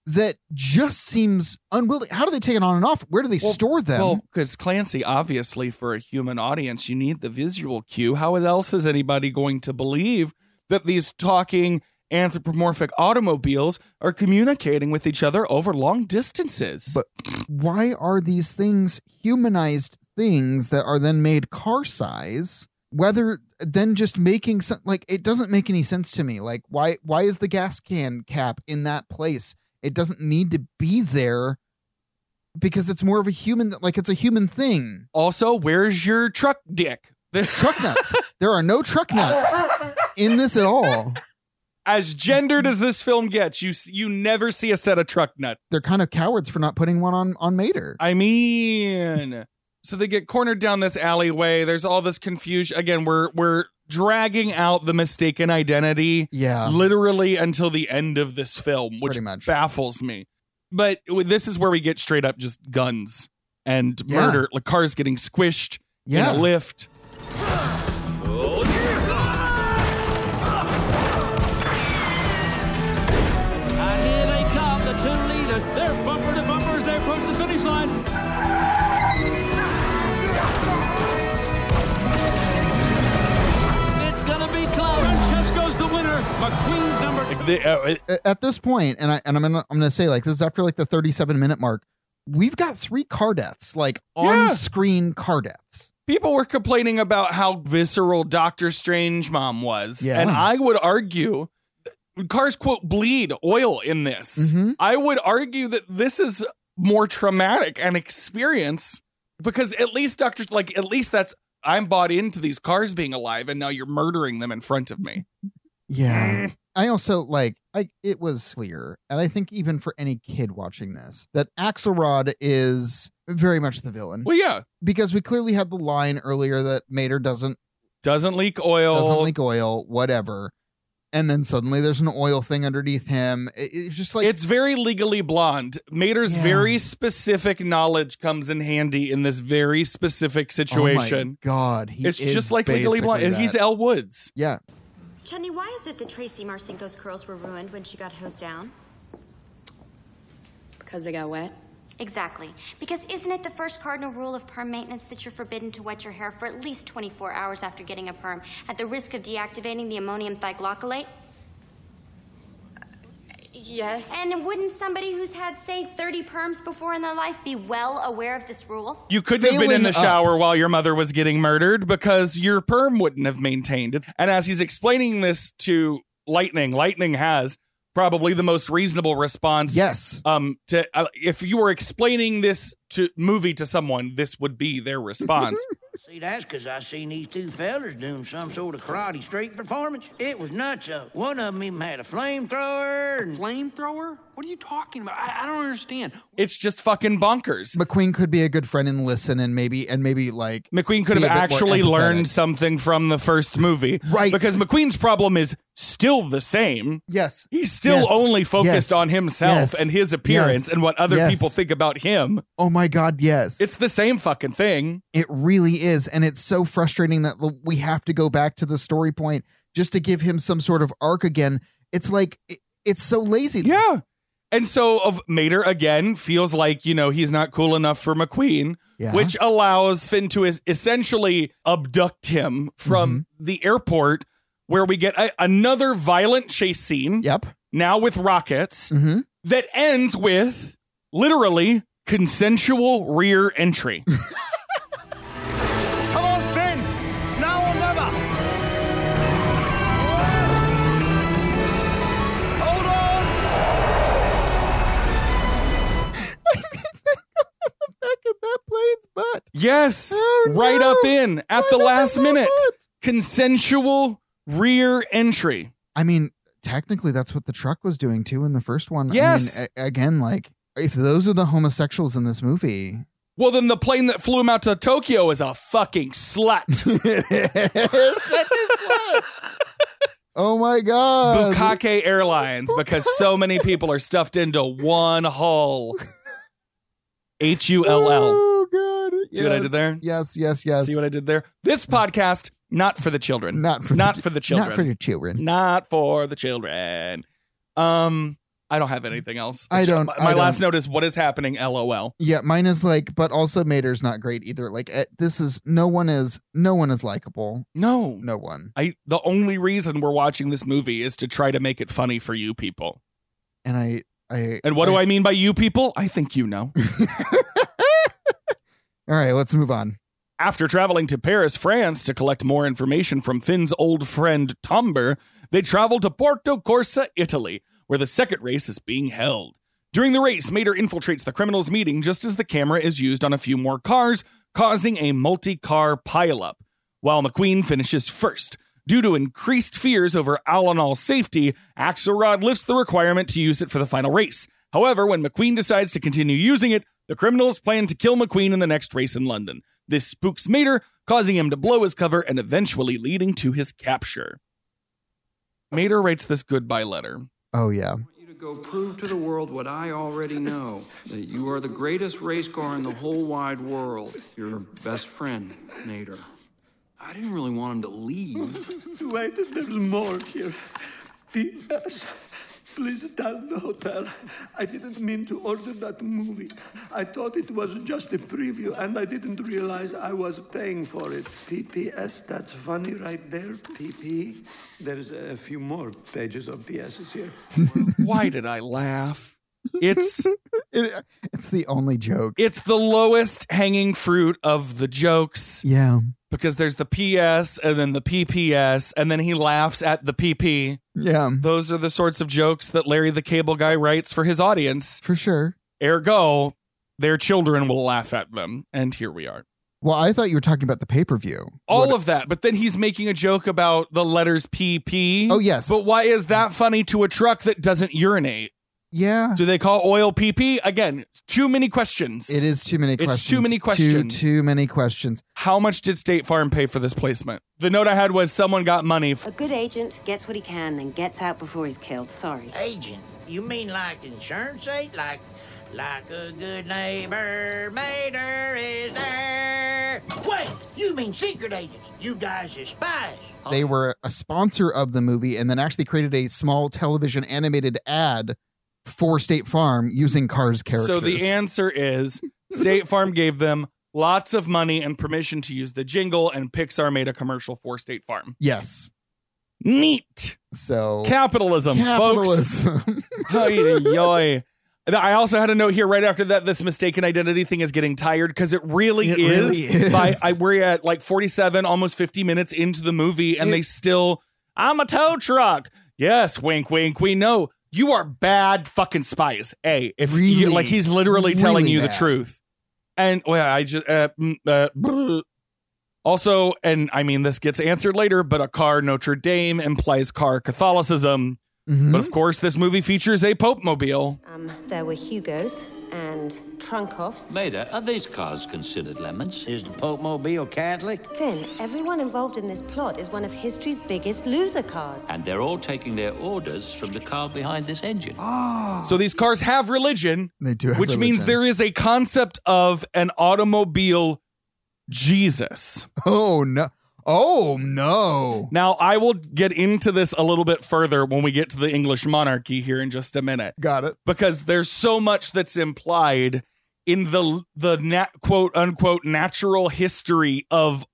Speaker 3: that just seems unwieldy? How do they take it on and off? Where do they store them?
Speaker 2: Well, because Clancy, obviously, for a human audience, you need the visual cue. How else is anybody going to believe that these talking anthropomorphic automobiles are communicating with each other over long distances?
Speaker 3: But why are these things humanized things that are then made car size? Whether then just making some like it doesn't make any sense to me. Like why why is the gas can cap in that place? It doesn't need to be there because it's more of a human like it's a human thing.
Speaker 2: also, where's your truck dick?
Speaker 3: Truck nuts. there are no truck nuts in this at all.
Speaker 2: As gendered as this film gets, you s- you never see a set of truck nuts.
Speaker 3: They're kind of cowards for not putting one on on Mater.
Speaker 2: I mean, so they get cornered down this alleyway. There's all this confusion. Again, we're we're dragging out the mistaken identity,
Speaker 3: Yeah.
Speaker 2: literally until the end of this film, which
Speaker 3: Pretty much.
Speaker 2: baffles me. But w- this is where we get straight up just guns and
Speaker 3: Yeah.
Speaker 2: murder, like cars getting squished
Speaker 3: Yeah.
Speaker 2: in a lift.
Speaker 15: And here they come, the two leaders. They're bumper to bumper as they approach the finish line. It's gonna be close. Francesco's the winner. McQueen's number two.
Speaker 2: uh,
Speaker 3: A- at this point, and I and I'm gonna I'm gonna say like this is after like the 37 minute mark, we've got three car deaths, like on screen car deaths.
Speaker 2: People were complaining about how visceral Doctor Strange Mom was.
Speaker 3: Yeah.
Speaker 2: And I would argue uh, cars, quote, bleed oil in
Speaker 3: Mm-hmm.
Speaker 2: this. I would argue that this is more traumatic an experience because at least Doctor, like, at least that's, I'm bought into these cars being alive and now you're murdering them in front of me.
Speaker 3: Yeah. I also like I it was clear, and I think even for any kid watching this, that Axelrod is very much the villain.
Speaker 2: Well, yeah.
Speaker 3: Because we clearly had the line earlier that Mater doesn't
Speaker 2: Doesn't leak oil.
Speaker 3: doesn't leak oil, whatever. and then suddenly there's an oil thing underneath him. It- it's just like
Speaker 2: it's very legally blonde. Mater's very specific knowledge comes in handy in this very specific situation.
Speaker 3: Oh my God, he
Speaker 2: it's
Speaker 3: is
Speaker 2: just like legally blonde.
Speaker 3: basically
Speaker 2: He's
Speaker 3: that.
Speaker 2: Elle Woods.
Speaker 3: Yeah.
Speaker 16: Chutney, why is it that Tracy Marcinko's curls were ruined when she got hosed down?
Speaker 11: Because they got wet?
Speaker 16: Exactly. Because isn't it the first cardinal rule of perm maintenance that you're forbidden to wet your hair for at least 24 hours after getting a perm, at the risk of deactivating the ammonium thioglycolate?
Speaker 11: Uh, Yes.
Speaker 16: And wouldn't somebody who's had, say, 30 perms before in their life be well aware of this rule?
Speaker 2: You couldn't have been in
Speaker 3: Failing
Speaker 2: the
Speaker 3: up.
Speaker 2: shower while your mother was getting murdered because your perm wouldn't have maintained it. And as he's explaining this to Lightning, Lightning has probably the most reasonable response.
Speaker 3: Yes.
Speaker 2: Um. To uh, if you were explaining this to movie to someone, this would be their response.
Speaker 7: See, that's 'cause I seen these two fellas doing some sort of karate street performance. It was nuts. Uh, one of them even had a flamethrower. And...
Speaker 15: Flamethrower? What are you talking about? I, I don't understand.
Speaker 2: it's just fucking bonkers.
Speaker 3: McQueen could be a good friend and listen and maybe and maybe like
Speaker 2: McQueen could
Speaker 3: be
Speaker 2: have
Speaker 3: a bit more
Speaker 2: actually
Speaker 3: empathetic.
Speaker 2: learned something from the first movie.
Speaker 3: Right.
Speaker 2: Because McQueen's problem is still the same.
Speaker 3: Yes.
Speaker 2: He's still
Speaker 3: Yes.
Speaker 2: only focused
Speaker 3: Yes.
Speaker 2: on himself
Speaker 3: Yes.
Speaker 2: and his appearance
Speaker 3: Yes.
Speaker 2: and what other
Speaker 3: Yes.
Speaker 2: people think about him.
Speaker 3: Oh my god, yes.
Speaker 2: It's the same fucking thing.
Speaker 3: It really is. And it's so frustrating that l- we have to go back to the story point just to give him some sort of arc again. It's like, it- it's so lazy.
Speaker 2: Yeah. And so of Mater again feels like, you know, he's not cool enough for McQueen,
Speaker 3: Yeah.
Speaker 2: which allows Finn to es- essentially abduct him from
Speaker 3: Mm-hmm.
Speaker 2: the airport where we get a- another violent chase scene.
Speaker 3: Yep.
Speaker 2: Now with rockets.
Speaker 3: hmm
Speaker 2: that ends with literally consensual rear entry.
Speaker 15: Come on, Finn! It's now or never! Hold on!
Speaker 3: Back in that plane's butt.
Speaker 2: yes,
Speaker 3: Oh,
Speaker 2: right
Speaker 3: no.
Speaker 2: up in at the
Speaker 3: Right up
Speaker 2: last
Speaker 3: in the
Speaker 2: minute.
Speaker 3: butt.
Speaker 2: Consensual rear entry.
Speaker 3: I mean, technically, that's what the truck was doing too in the first one. I mean,
Speaker 2: Yes.
Speaker 3: a- again, like, if those are the homosexuals in this movie,
Speaker 2: Well, then the plane that flew him out to Tokyo is a fucking slut.
Speaker 3: oh my God.
Speaker 2: Bukake Airlines, because so many people are stuffed into one hull. H U L L.
Speaker 3: Oh God.
Speaker 2: See what I did there?
Speaker 3: Yes, yes, yes.
Speaker 2: See what I did there? This podcast, not for the children.
Speaker 3: not for
Speaker 2: Not
Speaker 3: the,
Speaker 2: for the children.
Speaker 3: Not for your children.
Speaker 2: not for the children. Um, I don't have anything else.
Speaker 3: I don't-
Speaker 2: My,
Speaker 3: I
Speaker 2: my last
Speaker 3: don't.
Speaker 2: note is what is happening. LOL.
Speaker 3: Yeah, mine is like, but also Mater's not great either. Like, eh, this is no one is no one is likable.
Speaker 2: No,
Speaker 3: No one.
Speaker 2: I. The only reason we're watching this movie is to try to make it funny for you people.
Speaker 3: And I, I.
Speaker 2: And what do I mean by you people? I think you know.
Speaker 3: All right, let's move on.
Speaker 2: After traveling to Paris, France to collect more information from Finn's old friend Tomber, they travel to Porto Corsa, Italy, where the second race is being held. During the race, Mater infiltrates the criminals' meeting just as the camera is used on a few more cars, causing a multi car pileup, while McQueen finishes first. Due to increased fears over Al safety, Axelrod lifts the requirement to use it for the final race. However, when McQueen decides to continue using it, the criminals plan to kill McQueen in the next race in London. This spooks Mater, causing him to blow his cover and eventually leading to his capture. Mater writes this goodbye letter.
Speaker 3: Oh yeah.
Speaker 17: you to go prove to the world what I already know that you are the greatest race car in the whole wide world. Your best friend, Nader. I didn't really want him to leave.
Speaker 18: Wait, there's more here. P.S. Please tell the hotel. I didn't mean to order that movie. I thought it was just a preview, and I didn't realize I was paying for it. P.P.S. That's funny right there. P.P. There's a few more pages of P.S.s here.
Speaker 2: Why did I laugh? It's
Speaker 3: It, it's the only joke.
Speaker 2: it's the lowest hanging fruit of the jokes
Speaker 3: Yeah.
Speaker 2: because there's the PS and then the PPS and then he laughs at the PP.
Speaker 3: Yeah.
Speaker 2: Those are the sorts of jokes that Larry the Cable Guy writes for his audience.
Speaker 3: For sure.
Speaker 2: Ergo, their children will laugh at them and here we are.
Speaker 3: Well, I thought you were talking about the pay per view.
Speaker 2: all of that. But then he's making a joke about the letters PP.
Speaker 3: Oh, yes.
Speaker 2: But why is that funny to a truck that doesn't urinate?
Speaker 3: Yeah.
Speaker 2: Do they call oil PP? Again, too many questions.
Speaker 3: It is too many
Speaker 2: It's
Speaker 3: questions.
Speaker 2: too many questions.
Speaker 3: Too, too many questions.
Speaker 2: How much did State Farm pay for this placement? The note I had was someone got money.
Speaker 10: A good agent gets what he can, then gets out before he's killed. Sorry.
Speaker 7: Agent, you mean like insurance agent? Like, like a good neighbor, Mater is there. Wait, you mean secret agents? You guys are spies.
Speaker 3: They were a sponsor of the movie and then actually created a small television animated ad for State Farm using Cars characters.
Speaker 2: So the answer is State Farm gave them lots of money and permission to use the jingle, and Pixar made a commercial for State Farm.
Speaker 3: Yes.
Speaker 2: Neat.
Speaker 3: So
Speaker 2: Capitalism,
Speaker 3: Capitalism.
Speaker 2: folks. Oy, yoy. I also had a note here right after that. This mistaken identity thing is getting tired because it really
Speaker 3: It
Speaker 2: is.
Speaker 3: really is.
Speaker 2: By I, we're at like forty-seven, almost fifty minutes into the movie, and they still. I'm a tow truck. Yes, wink, wink. We know you are bad fucking spies. A if
Speaker 3: Really,
Speaker 2: you, like he's literally telling
Speaker 3: really
Speaker 2: you the
Speaker 3: bad.
Speaker 2: truth, and well, I just uh, mm, uh, brr. also, and I mean this gets answered later, but a car Notre Dame implies car Catholicism.
Speaker 3: Mm-hmm.
Speaker 2: But of course, this movie features a Pope mobile.
Speaker 10: Um, there were Hugos and Trunkoffs.
Speaker 19: Maida, are these cars considered lemons?
Speaker 7: Is the Pope Mobile Catholic?
Speaker 10: Finn, everyone involved in this plot is one of history's biggest loser cars.
Speaker 19: And they're all taking their orders from the car behind this engine.
Speaker 2: So these cars have religion,
Speaker 3: They do have
Speaker 2: which means
Speaker 3: religion.
Speaker 2: there is a concept of an automobile Jesus.
Speaker 3: Oh no. Oh no.
Speaker 2: Now, I will get into this a little bit further when we get to the English monarchy here in just a minute.
Speaker 3: Got it.
Speaker 2: Because there's so much that's implied in the the nat, quote unquote natural history of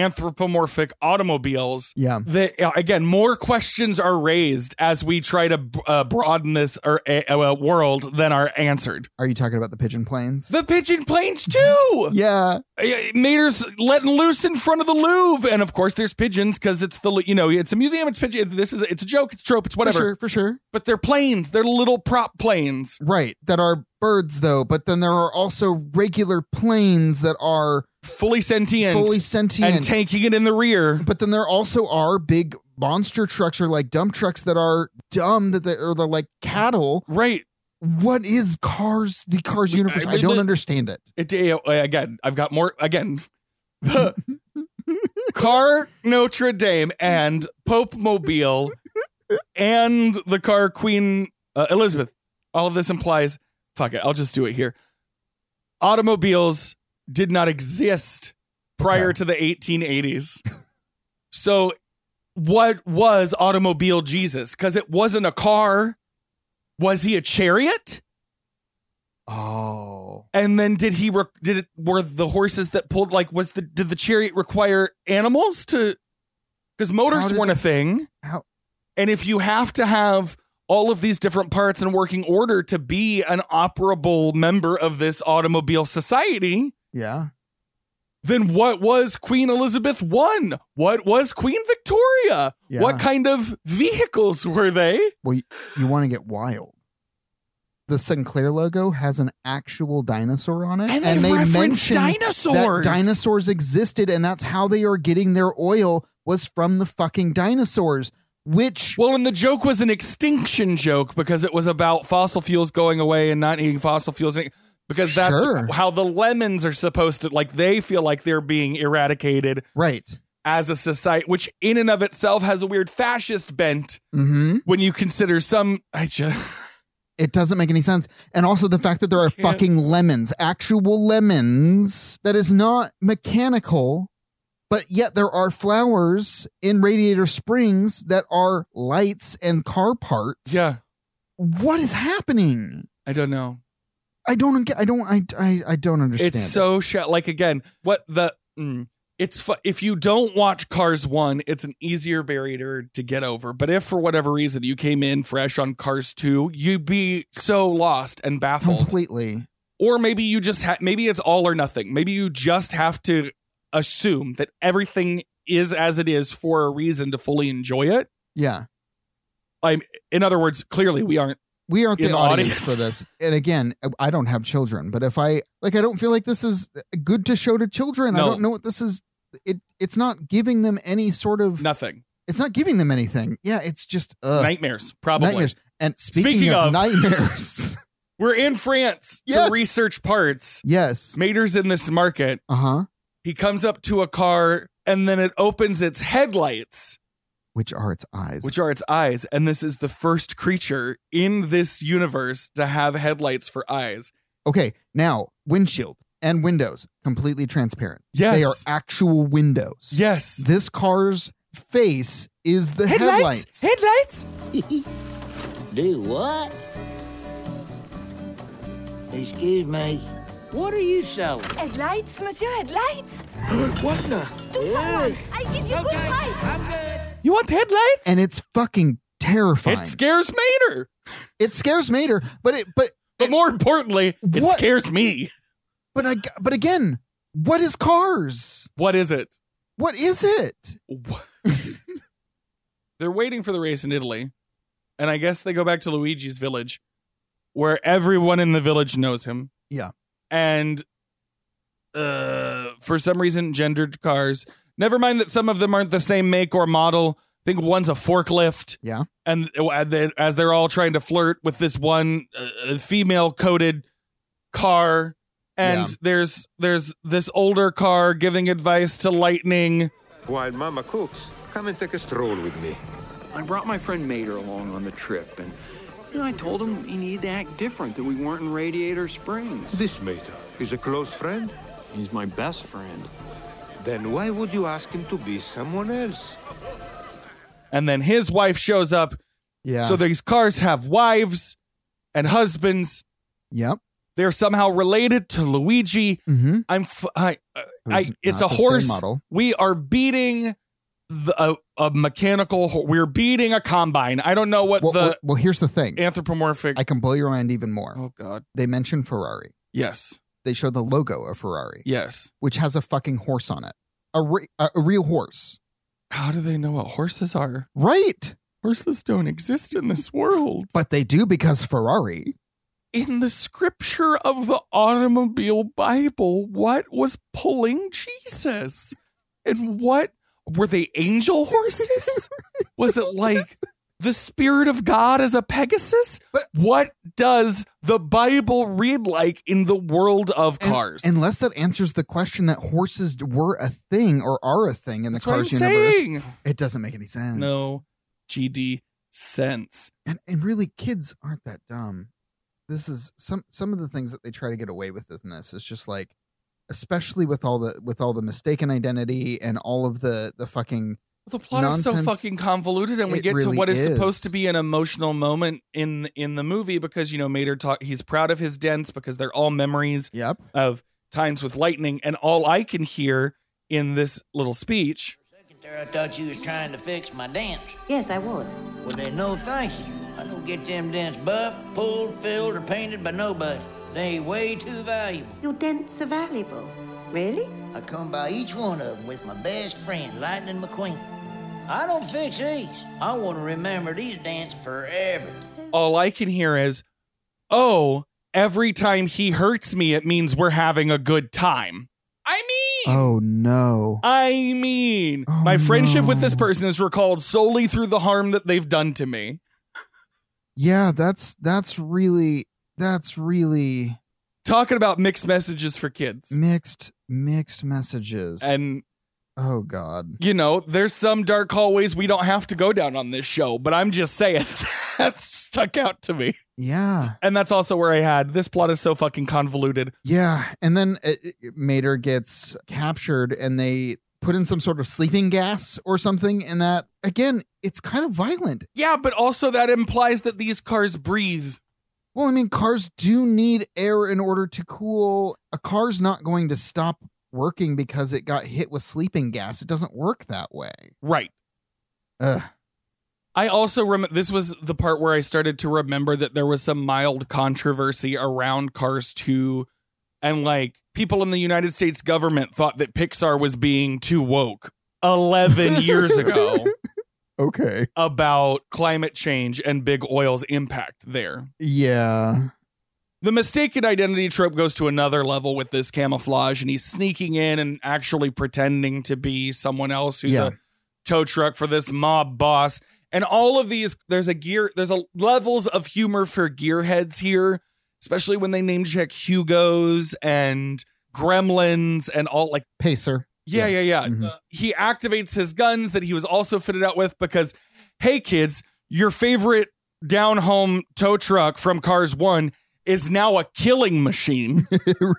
Speaker 2: anthropomorphic automobiles.
Speaker 3: Yeah.
Speaker 2: That uh, again, more questions are raised as we try to uh, broaden this or, uh, world than are answered.
Speaker 3: Are you talking about the pigeon planes?
Speaker 2: The pigeon planes too.
Speaker 3: Yeah.
Speaker 2: Uh, Mater's letting loose in front of the Louvre, and of course there's pigeons because it's the you know it's a museum, it's pigeon. This is it's a joke, it's a trope, it's whatever.
Speaker 3: For sure, for sure.
Speaker 2: But they're planes, they're little prop planes.
Speaker 3: Right. That are birds though, but then there are also regular planes that are
Speaker 2: fully sentient,
Speaker 3: Fully sentient.
Speaker 2: and tanking it in the rear.
Speaker 3: but then there also are big monster trucks or like dump trucks that are dumb that they or they're like cattle.
Speaker 2: Right.
Speaker 3: What is cars the cars universe?
Speaker 2: I-
Speaker 3: I don't
Speaker 2: the-
Speaker 3: understand it.
Speaker 2: It, uh, again, I've got more. Again, the car Notre Dame and Pope Mobile and the car Queen uh, Elizabeth. All of this implies, fuck it, I'll just do it here. Automobiles did not exist prior to the 1880s. so, what was automobile Jesus? Because it wasn't a car. Was he a chariot?
Speaker 3: Oh.
Speaker 2: And then did he re- did it were the horses that pulled like was the did the chariot require animals to cuz
Speaker 3: How
Speaker 2: motors
Speaker 3: did
Speaker 2: weren't a
Speaker 3: they-
Speaker 2: thing.
Speaker 3: How
Speaker 2: And if you have to have all of these different parts in working order to be an operable member of this automobile society,
Speaker 3: yeah.
Speaker 2: then what was Queen Elizabeth I? What was Queen Victoria?
Speaker 3: Yeah.
Speaker 2: What kind of vehicles were they?
Speaker 3: Well, you, you want to get wild. The Sinclair logo has an actual dinosaur on it,
Speaker 2: And they reference
Speaker 3: mention
Speaker 2: dinosaurs.
Speaker 3: That dinosaurs existed, and that's how they are getting their oil was from the fucking dinosaurs. Which
Speaker 2: Well, and the joke was an extinction joke because it was about fossil fuels going away and not eating fossil fuels. Because that's
Speaker 3: Sure.
Speaker 2: how the lemons are supposed to, like, they feel like they're being eradicated
Speaker 3: right?
Speaker 2: as a society, which in and of itself has a weird fascist bent
Speaker 3: Mm-hmm.
Speaker 2: when you consider some. I just.
Speaker 3: It doesn't make any sense, and also the fact that there are fucking lemons, actual lemons. That is not mechanical, but yet there are flowers in Radiator Springs that are lights and car parts.
Speaker 2: Yeah.
Speaker 3: What is happening?
Speaker 2: I don't know.
Speaker 3: I don't get. I don't. I. I, I don't understand.
Speaker 2: It's
Speaker 3: it.
Speaker 2: so sha- like again, what the mm, it's fu- if you don't watch Cars 1, it's an easier barrier to get over. But if for whatever reason you came in fresh on Cars 2, you'd be so lost and baffled.
Speaker 3: completely.
Speaker 2: Or maybe you just ha- maybe it's all or nothing. Maybe you just have to assume that everything is as it is for a reason to fully enjoy it.
Speaker 3: Yeah,
Speaker 2: I'm in other words, clearly we aren't
Speaker 3: we aren't the,
Speaker 2: In the
Speaker 3: audience,
Speaker 2: audience.
Speaker 3: for this. And again, I don't have children, but if I like, I don't feel like this is good to show to children. I
Speaker 2: No.
Speaker 3: don't know what this is. It. It's not giving them any sort of.
Speaker 2: nothing.
Speaker 3: It's not giving them anything. Yeah, it's just ugh.
Speaker 2: Nightmares, probably.
Speaker 3: Uh, Nightmares. And speaking, of, nightmares,
Speaker 2: we're in France
Speaker 3: Yes.
Speaker 2: to research parts.
Speaker 3: yes.
Speaker 2: Mater's in this market.
Speaker 3: Uh huh.
Speaker 2: He comes up to a car and then it opens its headlights,
Speaker 3: Which are its eyes?
Speaker 2: which are its eyes. And this is the first creature in this universe to have headlights for eyes.
Speaker 3: Okay, now windshield and windows completely transparent.
Speaker 2: Yes.
Speaker 3: they are actual windows.
Speaker 2: Yes.
Speaker 3: This car's face is the headlights.
Speaker 2: Headlights?
Speaker 7: Do what? Excuse me. What are you selling?
Speaker 11: Headlights, monsieur, headlights.
Speaker 7: what the?
Speaker 11: Two for one. I give you good price.
Speaker 2: You want headlights?
Speaker 3: And it's fucking terrifying.
Speaker 2: It scares Mater.
Speaker 3: it scares Mater, but it but
Speaker 2: But more importantly, it
Speaker 3: What?
Speaker 2: scares me.
Speaker 3: but I but again, what is cars?
Speaker 2: What is it?
Speaker 3: What is it?
Speaker 2: They're waiting for the race in Italy. And I guess they go back to Luigi's village, where everyone in the village knows him.
Speaker 3: Yeah.
Speaker 2: And uh, for some reason, gendered cars. Never mind that some of them aren't the same make or model. I think one's a forklift.
Speaker 3: Yeah.
Speaker 2: and uh, and then as they're all trying to flirt with this one uh, female coated car and
Speaker 3: Yeah.
Speaker 2: there's there's this older car giving advice to lightning
Speaker 20: While Mama cooks, come and take a stroll with me.
Speaker 17: I brought my friend Mater along on the trip, and you know, I told him he needed to act different, that we weren't in Radiator Springs.
Speaker 20: This Mater is a close friend.
Speaker 17: He's my best friend.
Speaker 20: Then why would you ask him to be someone else?
Speaker 2: and then his wife shows up
Speaker 3: Yeah.
Speaker 2: so these cars have wives and husbands
Speaker 3: yep.
Speaker 2: they're somehow related to luigi
Speaker 3: Mm-hmm.
Speaker 2: i'm f- I, I- I,
Speaker 3: Who's
Speaker 2: it's
Speaker 3: not
Speaker 2: a
Speaker 3: the same
Speaker 2: horse
Speaker 3: model.
Speaker 2: we are beating the, a, a mechanical ho- we're beating a combine i don't know what
Speaker 3: Well,
Speaker 2: the
Speaker 3: well, well, here's the thing.
Speaker 2: anthropomorphic
Speaker 3: I can blow your mind even more.
Speaker 2: Oh God.
Speaker 3: They mentioned Ferrari.
Speaker 2: Yes.
Speaker 3: They show the logo of Ferrari,
Speaker 2: Yes.
Speaker 3: which has a fucking horse on it, a, re- a, a real horse,
Speaker 2: How do they know what horses are?
Speaker 3: right?
Speaker 2: Horses don't exist in this world.
Speaker 3: But they do because Ferrari.
Speaker 2: In the scripture of the automobile Bible, what was pulling Jesus? And what were they angel horses? was it like the spirit of God as a Pegasus?
Speaker 3: But-
Speaker 2: what does the Bible read like in the world of
Speaker 3: And-
Speaker 2: cars?
Speaker 3: unless that answers the question that horses were a thing or are a thing in the
Speaker 2: That's what I'm
Speaker 3: cars universe,
Speaker 2: saying.
Speaker 3: it doesn't make any sense.
Speaker 2: No GD sense.
Speaker 3: and and really, kids aren't that dumb. This is some some of the things that they try to get away with in this is just like, especially with all the with all the mistaken identity and all of the the fucking
Speaker 2: The plot is
Speaker 3: nonsense.
Speaker 2: so fucking convoluted, and we
Speaker 3: It
Speaker 2: get to
Speaker 3: really
Speaker 2: what is,
Speaker 3: is.
Speaker 2: supposed to be an emotional moment in in the movie because you know Mater talk. He's proud of his dents because they're all memories
Speaker 3: yep.
Speaker 2: of times with lightning, and all I can hear in this little speech.
Speaker 7: Second there, I thought you was trying to fix my dance.
Speaker 10: Yes, I was.
Speaker 7: Well, then no thank you. I don't get them dents buffed, pulled, filled, or painted by nobody. They way too valuable.
Speaker 10: Your dents are valuable. Really?
Speaker 7: I come by each one of them with my best friend, Lightning McQueen. I don't fix these. I want to remember these dents forever.
Speaker 2: All I can hear is, "Oh, every time he hurts me, it means we're having a good time." I mean,
Speaker 3: Oh no.
Speaker 2: I mean,
Speaker 3: Oh,
Speaker 2: my friendship with
Speaker 3: no.
Speaker 2: this person is recalled solely through the harm that they've done to me.
Speaker 3: Yeah, that's that's really that's really
Speaker 2: Talking about mixed messages for kids.
Speaker 3: mixed mixed messages.
Speaker 2: And
Speaker 3: oh god.
Speaker 2: you know, there's some dark hallways we don't have to go down on this show, but I'm just saying that stuck out to me.
Speaker 3: Yeah.
Speaker 2: And that's also where I had this plot is so fucking convoluted.
Speaker 3: Yeah, and then uh, Mater gets captured and they put in some sort of sleeping gas or something and that again, it's kind of violent.
Speaker 2: Yeah, but also that implies that these cars breathe.
Speaker 3: Well, I mean, cars do need air in order to cool. A car's not going to stop working because it got hit with sleeping gas. It doesn't work that way.
Speaker 2: Right.
Speaker 3: Ugh.
Speaker 2: I also remember this was the part where I started to remember that there was some mild controversy around Cars 2 and like people in the United States government thought that Pixar was being too woke 11 years ago.
Speaker 3: Okay.
Speaker 2: about climate change and big oil's impact there.
Speaker 3: Yeah.
Speaker 2: The mistaken identity trope goes to another level with this camouflage, and he's sneaking in and actually pretending to be someone else who's
Speaker 3: Yeah.
Speaker 2: a tow truck for this mob boss. And all of these, there's a gear, there's a levels of humor for gearheads here, especially when they name check Hugo's and Gremlins and all like
Speaker 3: Pacer.
Speaker 2: Yeah, yeah, yeah.
Speaker 3: Mm-hmm.
Speaker 2: Uh, he activates his guns that he was also fitted out with because, hey, kids, your favorite down home tow truck from Cars One is now a killing machine.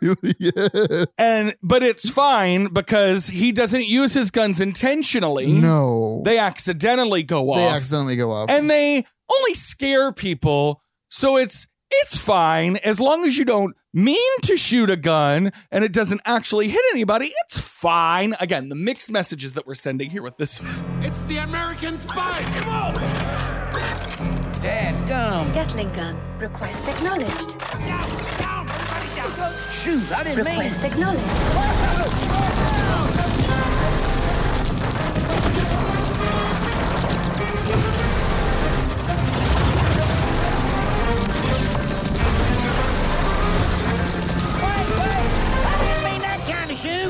Speaker 3: really is.
Speaker 2: And but it's fine because he doesn't use his guns intentionally.
Speaker 3: No.
Speaker 2: They accidentally go off.
Speaker 3: They accidentally go off.
Speaker 2: and they only scare people, so it's it's fine as long as you don't mean to shoot a gun and it doesn't actually hit anybody. It's fine. Again, the mixed messages that we're sending here with this.
Speaker 15: It's the American spy! Come on!
Speaker 7: Dad gum.
Speaker 11: Gatling gun. Request acknowledged.
Speaker 7: Shoot, I didn't mean.
Speaker 11: Request acknowledged.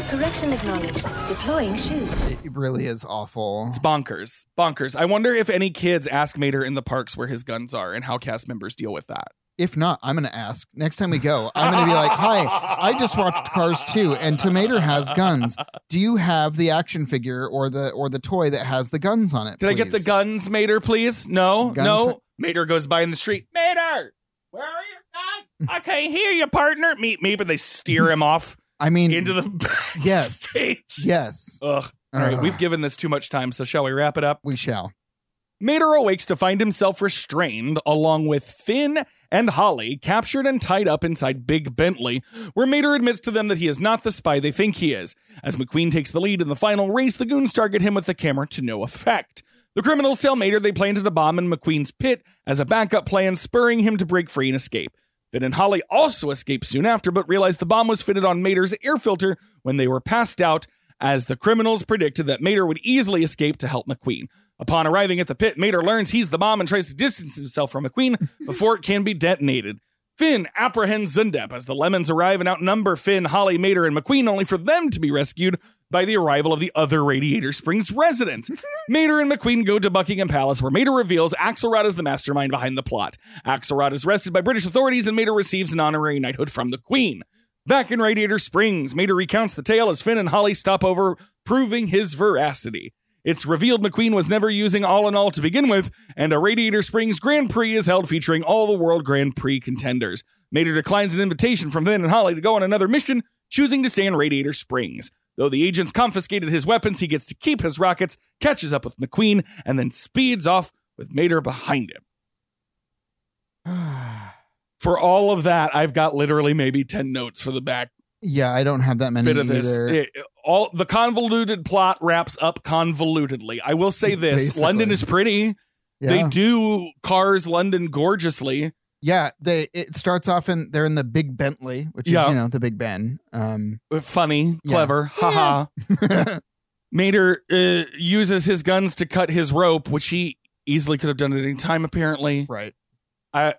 Speaker 11: Correction acknowledged. Deploying shoot.
Speaker 3: It really is awful.
Speaker 2: It's bonkers. Bonkers. I wonder if any kids ask Mater in the parks where his guns are and how cast members deal with that.
Speaker 3: If not, I'm going to ask next time we go. I'm going to be like, "Hi, I just watched Cars 2 and Tomater has guns. Do you have the action figure or the or the toy that has the guns on it?"
Speaker 2: Can I get the
Speaker 3: please?"
Speaker 2: guns, Mater, please? No,
Speaker 3: Guns-
Speaker 2: no. Mater goes by in the street. Mater,
Speaker 15: Where are you?
Speaker 2: I can't hear you, partner. Meet me, but they steer him off
Speaker 3: I mean,
Speaker 2: into the back
Speaker 3: Yes.
Speaker 2: stage.
Speaker 3: yes,
Speaker 2: Ugh. All right,
Speaker 3: Ugh.
Speaker 2: we've given this too much time, so shall we wrap it up?
Speaker 3: we shall.
Speaker 2: Mater awakes to find himself restrained along with Finn and Holly, captured and tied up inside Big Bentley, where Mater admits to them that he is not the spy they think he is. As McQueen takes the lead in the final race, the goons target him with the camera to no effect. The criminals tell Mater they planted a bomb in McQueen's pit as a backup plan, spurring him to break free and escape. Finn and Holly also escape soon after, but realize the bomb was fitted on Mater's air filter when they were passed out, as the criminals predicted that Mater would easily escape to help McQueen. Upon arriving at the pit, Mater learns he's the bomb and tries to distance himself from McQueen before it can be detonated. Finn apprehends Zendep as the Lemons arrive and outnumber Finn, Holly, Mater, and McQueen, only for them to be rescued by the arrival of the other Radiator Springs residents. Mater and McQueen go to Buckingham Palace, where Mater reveals Axelrod is the mastermind behind the plot. Axelrod is arrested by British authorities, and Mater receives an honorary knighthood from the Queen. Back in Radiator Springs, Mater recounts the tale as Finn and Holly stop over, proving his veracity. It's revealed McQueen was never using All in All to begin with, and a Radiator Springs Grand Prix is held featuring all the World Grand Prix contenders. Mater declines an invitation from Finn and Holly to go on another mission, choosing to stay in Radiator Springs. Though the agents confiscated his weapons, he gets to keep his rockets, catches up with McQueen, and then speeds off with Mater behind him. For all of that, I've got literally maybe 10 notes for the back
Speaker 3: Yeah, I don't have that many
Speaker 2: bit of this.
Speaker 3: either.
Speaker 2: It- all the convoluted plot wraps up convolutedly. I will say this:
Speaker 3: Basically.
Speaker 2: London is pretty. They
Speaker 3: Yeah.
Speaker 2: do cars London gorgeously.
Speaker 3: yeah, they it starts off in they're in the Big Bentley, which
Speaker 2: Yeah.
Speaker 3: is you know the Big Ben. Um,
Speaker 2: Funny,
Speaker 3: Yeah.
Speaker 2: clever, haha. Mater uh, uses his guns to cut his rope, which he easily could have done at any time. Apparently,
Speaker 3: right.
Speaker 2: I,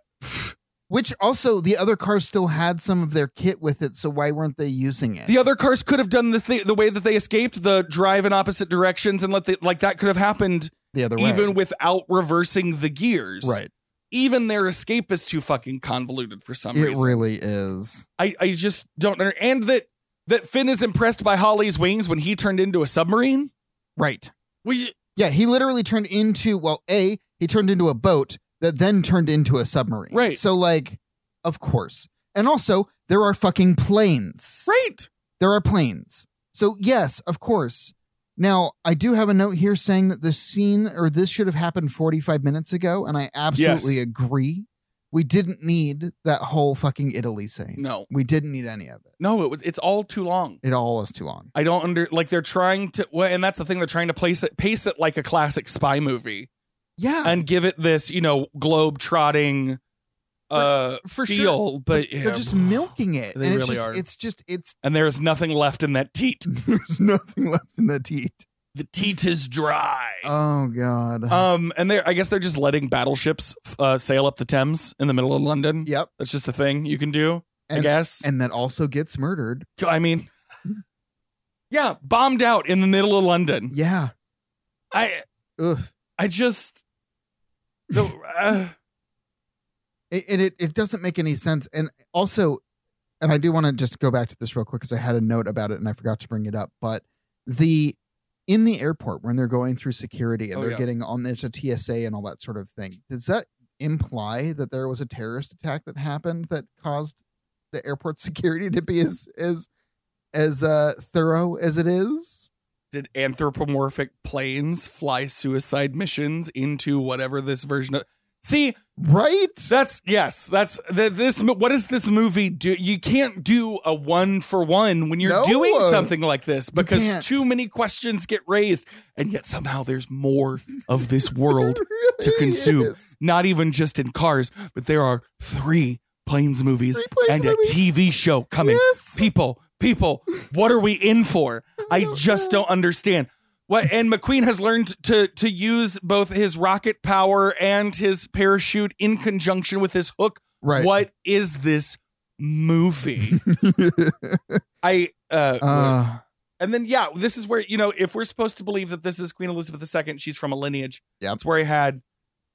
Speaker 3: Which also the other cars still had some of their kit with it, so why weren't they using it?
Speaker 2: the other cars could have done the th- the way that they escaped, the drive in opposite directions, and let the, like that could have happened
Speaker 3: the other way,
Speaker 2: even without reversing the gears.
Speaker 3: right?
Speaker 2: Even their escape is too fucking convoluted for some
Speaker 3: It
Speaker 2: reason.
Speaker 3: really is.
Speaker 2: I, I just don't understand. And that that Finn is impressed by Holly's wings when he turned into a submarine.
Speaker 3: Right.
Speaker 2: We
Speaker 3: Yeah, he literally turned into well, a he turned into a boat that then turned into a submarine.
Speaker 2: Right.
Speaker 3: So like, of course, and also there are fucking planes.
Speaker 2: right.
Speaker 3: There are planes. So yes, of course. Now I do have a note here saying that this scene or this should have happened 45 minutes ago, and I absolutely
Speaker 2: Yes.
Speaker 3: agree. We didn't need that whole fucking Italy scene.
Speaker 2: No.
Speaker 3: we didn't need any of it.
Speaker 2: No, it was. It's all too long.
Speaker 3: It all was too long.
Speaker 2: I don't under like they're trying to. Well, and that's the thing. They're trying to place it, pace it like a classic spy movie,
Speaker 3: Yeah,
Speaker 2: and give it this you know globe trotting, uh,
Speaker 3: for
Speaker 2: feel.
Speaker 3: sure.
Speaker 2: But yeah.
Speaker 3: they're just milking it.
Speaker 2: They
Speaker 3: and it's
Speaker 2: really
Speaker 3: just,
Speaker 2: are.
Speaker 3: It's just it's
Speaker 2: and there is nothing left in that teat.
Speaker 3: there's nothing left in the teat.
Speaker 2: The teat is dry.
Speaker 3: Oh god.
Speaker 2: Um, and they I guess they're just letting battleships uh, sail up the Thames in the middle of London.
Speaker 3: yep.
Speaker 2: That's just a thing you can do. I
Speaker 3: And-
Speaker 2: guess.
Speaker 3: And that also gets murdered.
Speaker 2: I mean, yeah, bombed out in the middle of London.
Speaker 3: Yeah.
Speaker 2: I I just no, uh,
Speaker 3: it, and it, it doesn't make any sense. And also, and I do want to just go back to this real quick because I had a note about it and I forgot to bring it up. But the in the airport when they're going through security and
Speaker 2: Oh,
Speaker 3: they're
Speaker 2: yeah.
Speaker 3: getting on there's a TSA and all that sort of thing. Does that imply that there was a terrorist attack that happened that caused the airport security to be as as as uh, thorough as it is?
Speaker 2: did anthropomorphic planes fly suicide missions into whatever this version of see
Speaker 3: right
Speaker 2: that's yes that's th- this mo- what does this movie do you can't do a one for one when you're
Speaker 3: No.
Speaker 2: doing something like this
Speaker 3: can't.
Speaker 2: because too many questions get raised and yet somehow there's more of this world to consume not even just in cars but there are three planes movies
Speaker 3: Planes
Speaker 2: and
Speaker 3: movies.
Speaker 2: a tv E show coming people people what are we in for i just don't understand what and mcqueen has learned to to use both his rocket power and his parachute in conjunction with his hook
Speaker 3: Right.
Speaker 2: what is this movie i uh,
Speaker 3: Uh,
Speaker 2: and then yeah this is where you know if we're supposed to believe that this is queen elizabeth ii she's from a lineage
Speaker 3: yeah
Speaker 2: that's where i had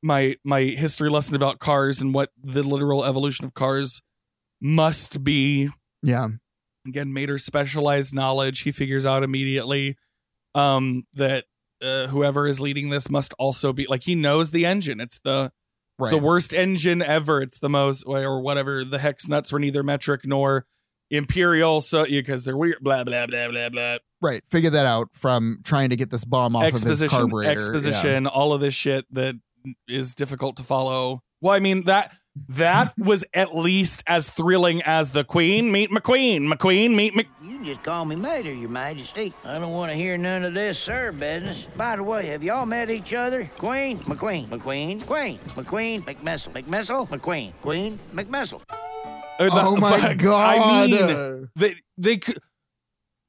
Speaker 2: my my history lesson about cars and what the literal evolution of cars must be
Speaker 3: yeah.
Speaker 2: again Mater's specialized knowledge he figures out immediately um that uh, whoever is leading this must also be like he knows the engine it's the it's the
Speaker 3: Right.
Speaker 2: worst engine ever it's the most or whatever the hex nuts were neither metric nor imperial so because they're weird blah blah blah blah blah
Speaker 3: Right. Figure that out from trying to get this bomb off of his
Speaker 2: exposition
Speaker 3: carburetor.
Speaker 2: exposition all of this shit that is difficult to follow well i mean that that was at least as thrilling as the queen meet mcqueen mcqueen meet mc
Speaker 7: You just call me Mater, Your Majesty. I don't want to hear none of this, sir, business. By the way, have y'all met each other? Queen, McQueen, McQueen, Queen, McQueen, McMissile, McMissile, McQueen, Queen, McMissile.
Speaker 2: Or
Speaker 3: Oh my
Speaker 2: I
Speaker 3: God.
Speaker 2: mean, they they could.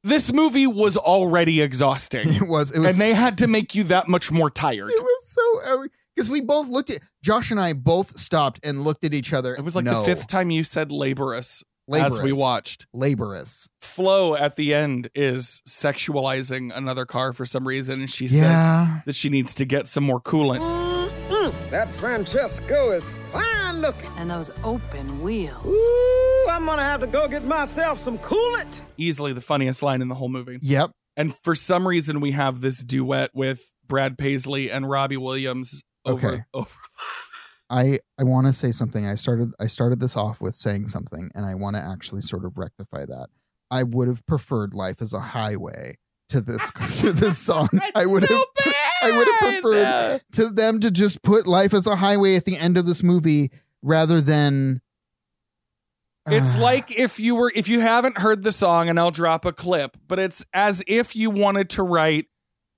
Speaker 2: This movie was already exhausting,
Speaker 3: It was. It was.
Speaker 2: and they had to make you that much more tired.
Speaker 3: It was so because we both looked at Josh and I both stopped and looked at each other.
Speaker 2: It was like
Speaker 3: No.
Speaker 2: the fifth time you said laborious, as we
Speaker 3: Laborious.
Speaker 2: watched.
Speaker 3: laborious.
Speaker 2: Flo at the end is sexualizing another car for some reason, and she
Speaker 3: Yeah.
Speaker 2: says that she needs to get some more coolant.
Speaker 21: Mm-hmm. That Francesco is fine looking.
Speaker 8: And those open wheels.
Speaker 21: Ooh, I'm gonna have to go get myself some coolant.
Speaker 2: Easily the funniest line in the whole movie.
Speaker 3: Yep.
Speaker 2: And for some reason, we have this duet with Brad Paisley and Robbie Williams over
Speaker 3: Okay.
Speaker 2: over
Speaker 3: I I want to say something. I started I started this off with saying something, and I want to actually sort of rectify that. I would have preferred "Life Is a Highway" to this to this song. I would have I would have preferred to them to just put "Life Is a Highway" at the end of this movie rather than uh,
Speaker 2: It's
Speaker 3: Ah.
Speaker 2: like if you were if you haven't heard the song and I'll drop a clip, but it's as if you wanted to write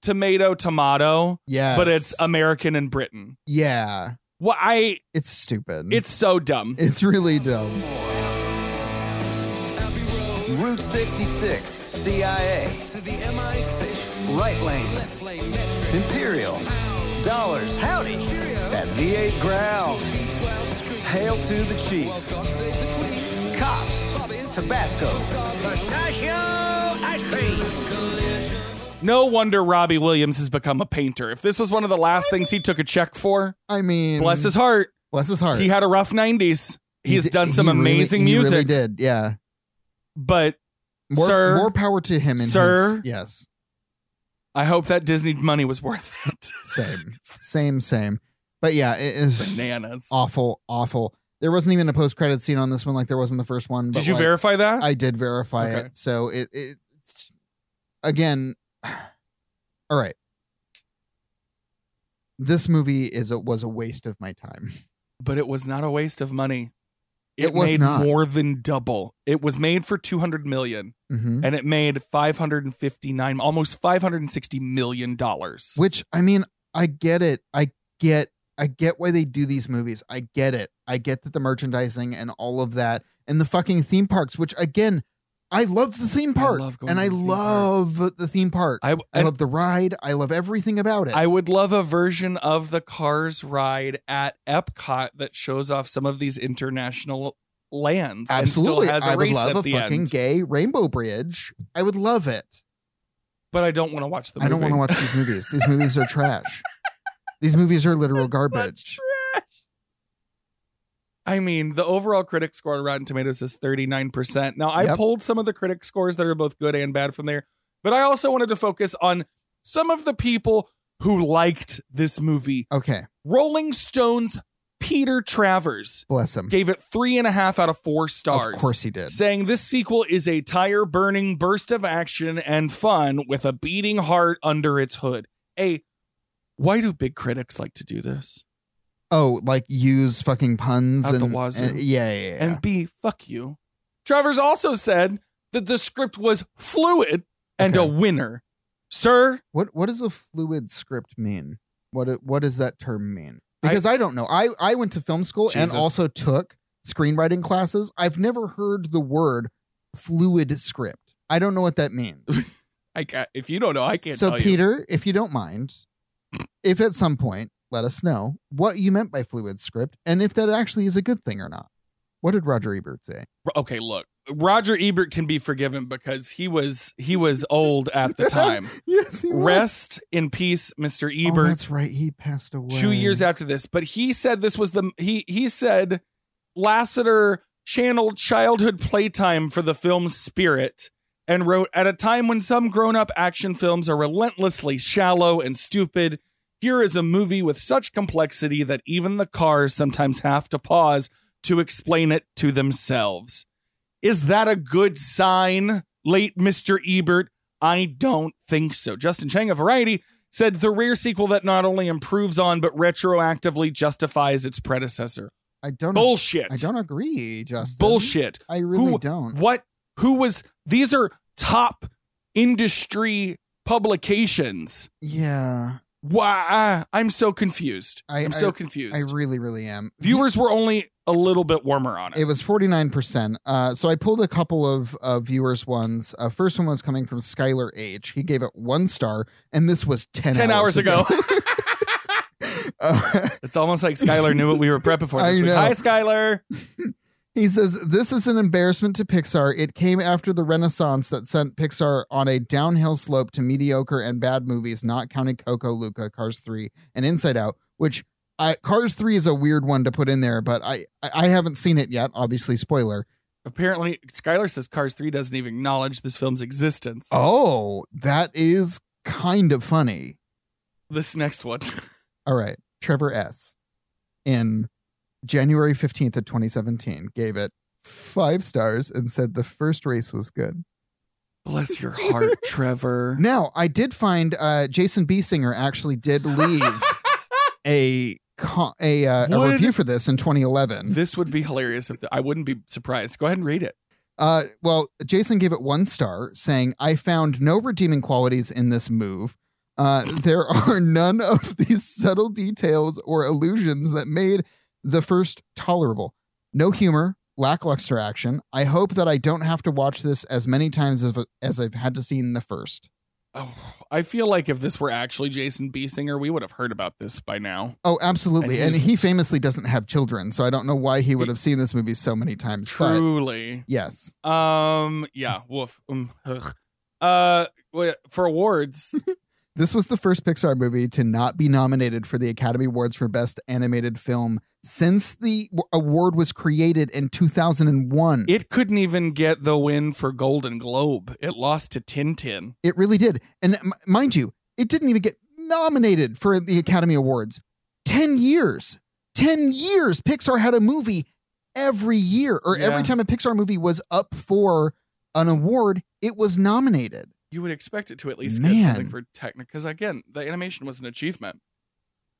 Speaker 2: tomato tomato,
Speaker 3: yeah,
Speaker 2: but it's American and Britain.
Speaker 3: yeah,
Speaker 2: Well, I
Speaker 3: it's stupid.
Speaker 2: it's so dumb.
Speaker 3: it's really dumb.
Speaker 22: Route 66, CIA. To the MI6. Right lane. Left lane Imperial. Dollars. Howdy. That V8 growl. Hail to the chief. Cops. Tabasco.
Speaker 7: Pistachio ice cream.
Speaker 2: No wonder Robbie Williams has become a painter. If this was one of the last things he took a check for,
Speaker 3: I mean,
Speaker 2: bless his heart,
Speaker 3: bless his heart.
Speaker 2: he had a rough 90s.
Speaker 3: He
Speaker 2: He's
Speaker 3: di-
Speaker 2: done some
Speaker 3: he really-
Speaker 2: amazing
Speaker 3: he really
Speaker 2: music,
Speaker 3: did yeah.
Speaker 2: but
Speaker 3: More,
Speaker 2: sir,
Speaker 3: more power to him. In
Speaker 2: sir.
Speaker 3: his, yes,
Speaker 2: I hope that Disney money was worth it.
Speaker 3: same, same, same. But yeah, it is
Speaker 2: Bananas.
Speaker 3: awful, awful. There wasn't even a post credit scene on this one, like there was in the first one. But
Speaker 2: Did you
Speaker 3: like,
Speaker 2: verify that?
Speaker 3: I did verify
Speaker 2: Okay.
Speaker 3: it. So it, it it's- again. All right, this movie is a, was a waste of my time.
Speaker 2: but it was not a waste of money. It,
Speaker 3: It was
Speaker 2: made
Speaker 3: not.
Speaker 2: more than double. It was made for 200 million
Speaker 3: Mhm.
Speaker 2: and it made 559 almost 560 million dollars.
Speaker 3: Which I mean, I get it. I get I get why they do these movies. I get it. I get that the merchandising and all of that and the fucking theme parks, which again, I love the theme
Speaker 2: I
Speaker 3: park.
Speaker 2: love going
Speaker 3: and
Speaker 2: to
Speaker 3: I
Speaker 2: the theme
Speaker 3: love the theme park.
Speaker 2: I-
Speaker 3: I
Speaker 2: I-
Speaker 3: love the ride. I love everything about it.
Speaker 2: I would love a version of the Cars ride at Epcot that shows off some of these international lands
Speaker 3: Absolutely.
Speaker 2: and still has a
Speaker 3: I would
Speaker 2: race
Speaker 3: love
Speaker 2: at
Speaker 3: a
Speaker 2: the
Speaker 3: fucking
Speaker 2: end.
Speaker 3: gay rainbow bridge. I would love it.
Speaker 2: but I don't want to watch the movie.
Speaker 3: I don't want to watch these movies. These movies are trash. These movies are literal garbage.
Speaker 2: I mean, the overall critic score on Rotten Tomatoes is 39%. Now, I
Speaker 3: Yep.
Speaker 2: pulled some of the critic scores that are both good and bad from there, but I also wanted to focus on some of the people who liked this movie.
Speaker 3: Okay.
Speaker 2: Rolling Stones Peter Travers
Speaker 3: Bless him.
Speaker 2: gave it three and a half out of four stars.
Speaker 3: Of course he did.
Speaker 2: Saying this sequel is a tire burning burst of action and fun with a beating heart under its hood. A, why do big critics like to do this?
Speaker 3: Oh, like use fucking puns
Speaker 2: Out
Speaker 3: and
Speaker 2: the wazoo.
Speaker 3: and- yeah, yeah, yeah.
Speaker 2: And B, fuck you. Travers also said that the script was fluid and a winner. Sir,
Speaker 3: What what does a fluid script mean? What it- what does that term mean? Because I, don't know. I I went to film school
Speaker 2: Jesus.
Speaker 3: and also took screenwriting classes. I've never heard the word fluid script. I don't know what that means.
Speaker 2: I ca if you don't know, I can't
Speaker 3: so
Speaker 2: tell you.
Speaker 3: Peter, if you don't mind, if at some point let us know what you meant by fluid script and if that actually is a good thing or not. What did Roger Ebert say?
Speaker 2: okay look roger ebert can be forgiven because he was he was old at the time
Speaker 3: yes, he was.
Speaker 2: rest in peace mr
Speaker 3: Oh,
Speaker 2: ebert
Speaker 3: that's right. He passed away.
Speaker 2: two years after this but he said this was the he he said lassiter channeled childhood playtime for the film's spirit and wrote at a time when some grown-up action films are relentlessly shallow and stupid here is a movie with such complexity that even the cars sometimes have to pause to explain it to themselves is that a good sign, late Mr. Ebert? I don't think so. Justin Chang of Variety said the rare sequel that not only improves on but retroactively justifies its predecessor.
Speaker 3: I don't
Speaker 2: Bullshit.
Speaker 3: Hmm. I don't agree, Justin.
Speaker 2: Bullshit.
Speaker 3: I really
Speaker 2: Who-
Speaker 3: don't.
Speaker 2: What? Who was? These are top industry publications.
Speaker 3: Yeah.
Speaker 2: Why? I'm so confused. I,
Speaker 3: I,
Speaker 2: am so
Speaker 3: I-
Speaker 2: confused.
Speaker 3: I really, really am.
Speaker 2: Viewers were only a little bit warmer on it.
Speaker 3: It was 49%. Uh, so I pulled a couple of uh, viewers' ones. Uh, first one was coming from Skylar H. He gave it one star, and this was 10,
Speaker 2: 10 hours ago.
Speaker 3: Uh,
Speaker 2: it's almost like Skylar knew what we were prepping for
Speaker 3: I
Speaker 2: this week.
Speaker 3: know.
Speaker 2: Hi, Skylar.
Speaker 3: he says, This is an embarrassment to Pixar. It came after the renaissance that sent Pixar on a downhill slope to mediocre and bad movies, not counting Coco, Luca, Cars 3, and Inside Out, which. I, Cars 3 is a weird one to put in there, but I, I I haven't seen it yet. Obviously, spoiler.
Speaker 2: Apparently, Skylar says Cars 3 doesn't even acknowledge this film's existence.
Speaker 3: Oh, that is kind of funny.
Speaker 2: This next one.
Speaker 3: All right. Trevor S. in January 15th of 2017 gave it five stars and said the first race was good.
Speaker 2: Bless your heart, Trevor.
Speaker 3: Now, I did find uh, Jason B. Singer actually did leave a co- a, uh, a
Speaker 2: Would-
Speaker 3: review for this in 2011.
Speaker 2: This would be hilarious if the, I wouldn't be surprised. Go ahead and read it.
Speaker 3: Uh, well, Jason gave it one star, saying, I found no redeeming qualities in this move. Uh, there are none of these subtle details or illusions that made the first tolerable. No humor, lackluster action. I hope that I don't have to watch this as many times as, as I've had to see in the first.
Speaker 2: Oh, I feel like if this were actually Jason B. Singer, we would have heard about this by now.
Speaker 3: Oh, absolutely.
Speaker 2: And
Speaker 3: And,
Speaker 2: he's-
Speaker 3: he famously doesn't have children, so I don't know why he would have seen this movie so many times. but
Speaker 2: Truly.
Speaker 3: yes.
Speaker 2: Um. Yeah. Woof. Um, ugh. Uh. wait, For awards,
Speaker 3: This was the first Pixar movie to not be nominated for the Academy Awards for Best Animated Film since the w- award was created in 2001. It,
Speaker 2: it couldn't even get the win for Golden Globe. It lost to Tintin.
Speaker 3: really did. And m- mind you, it didn't even get nominated for the Academy Awards. 10 years. 10 years Pixar had a movie every year or
Speaker 2: Yeah.
Speaker 3: every time a Pixar movie was up for an award, it was nominated.
Speaker 2: you would expect it to at least get
Speaker 3: Man.
Speaker 2: something for technic because again the animation was an achievement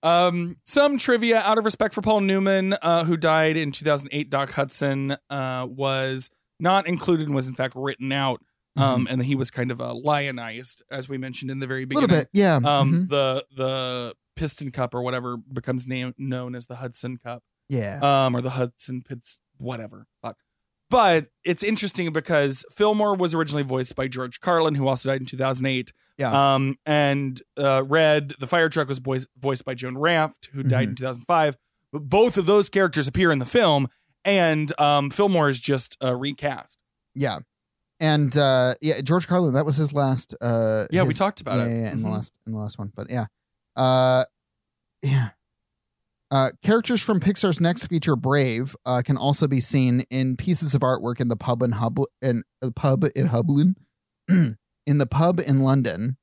Speaker 2: um some trivia out of respect for paul newman uh who died in 2008 doc hudson uh was not included and was in fact written out um and he was kind of uh, lionized as we mentioned in the very
Speaker 3: A
Speaker 2: beginning
Speaker 3: Mm-hmm. little bit. Yeah.
Speaker 2: um
Speaker 3: mhm.
Speaker 2: the the piston cup or whatever becomes named known as the hudson cup
Speaker 3: Yeah.
Speaker 2: um, or the Hudson Pits, whatever. Fuck. But it's interesting because Fillmore was originally voiced by George Carlin, who also died in 2008.
Speaker 3: Yeah.
Speaker 2: Um, and uh, Red, the fire truck, was voice- voiced by Joan Raft, who
Speaker 3: Mm-hmm.
Speaker 2: died in 2005. But both of those characters appear in the film, and um, Fillmore is just uh, recast.
Speaker 3: yeah. And uh, yeah, George Carlin, that was his last. Uh,
Speaker 2: Yeah, we
Speaker 3: his-
Speaker 2: talked about
Speaker 3: yeah,
Speaker 2: it.
Speaker 3: Yeah, yeah, in the
Speaker 2: Mhm.
Speaker 3: last in the last one, but yeah, uh, yeah. Uh, characters from Pixar's next feature, Brave, uh, can also be seen in pieces of artwork in the pub in Hubl in the pub in Hublin, in the pub in London,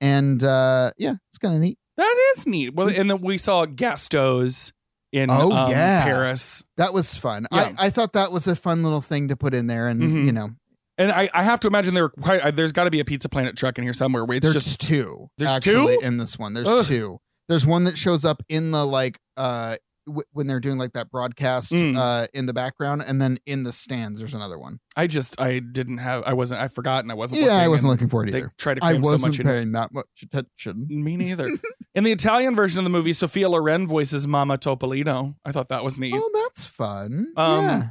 Speaker 3: and uh, yeah, it's kind of neat.
Speaker 2: That is neat. Well, and then we saw Gastos in
Speaker 3: Oh,
Speaker 2: um,
Speaker 3: yeah.
Speaker 2: Paris.
Speaker 3: That was fun.
Speaker 2: Yeah.
Speaker 3: I, I thought that was a fun little thing to put in there, and
Speaker 2: Mhm.
Speaker 3: you know,
Speaker 2: And I, I have to imagine there were quite, uh, there's got to be a Pizza Planet truck in here somewhere. Where it's
Speaker 3: there's
Speaker 2: just
Speaker 3: two.
Speaker 2: There's
Speaker 3: actually
Speaker 2: two?
Speaker 3: in this one. There's
Speaker 2: Ugh.
Speaker 3: two. There's one that shows up in the like uh w- when they're doing like that broadcast
Speaker 2: Mm.
Speaker 3: uh in the background, and then in the stands there's another one.
Speaker 2: I just I didn't have I wasn't I forgot and I wasn't.
Speaker 3: yeah,
Speaker 2: looking
Speaker 3: I wasn't
Speaker 2: and
Speaker 3: looking for it
Speaker 2: They
Speaker 3: either.
Speaker 2: tried to
Speaker 3: I
Speaker 2: cram so
Speaker 3: wasn't
Speaker 2: much in.
Speaker 3: paying that much attention.
Speaker 2: Me neither. in the Italian version of the movie, Sophia Loren voices Mama Topolino. I thought that was neat.
Speaker 3: Oh, that's fun.
Speaker 2: Um,
Speaker 3: yeah.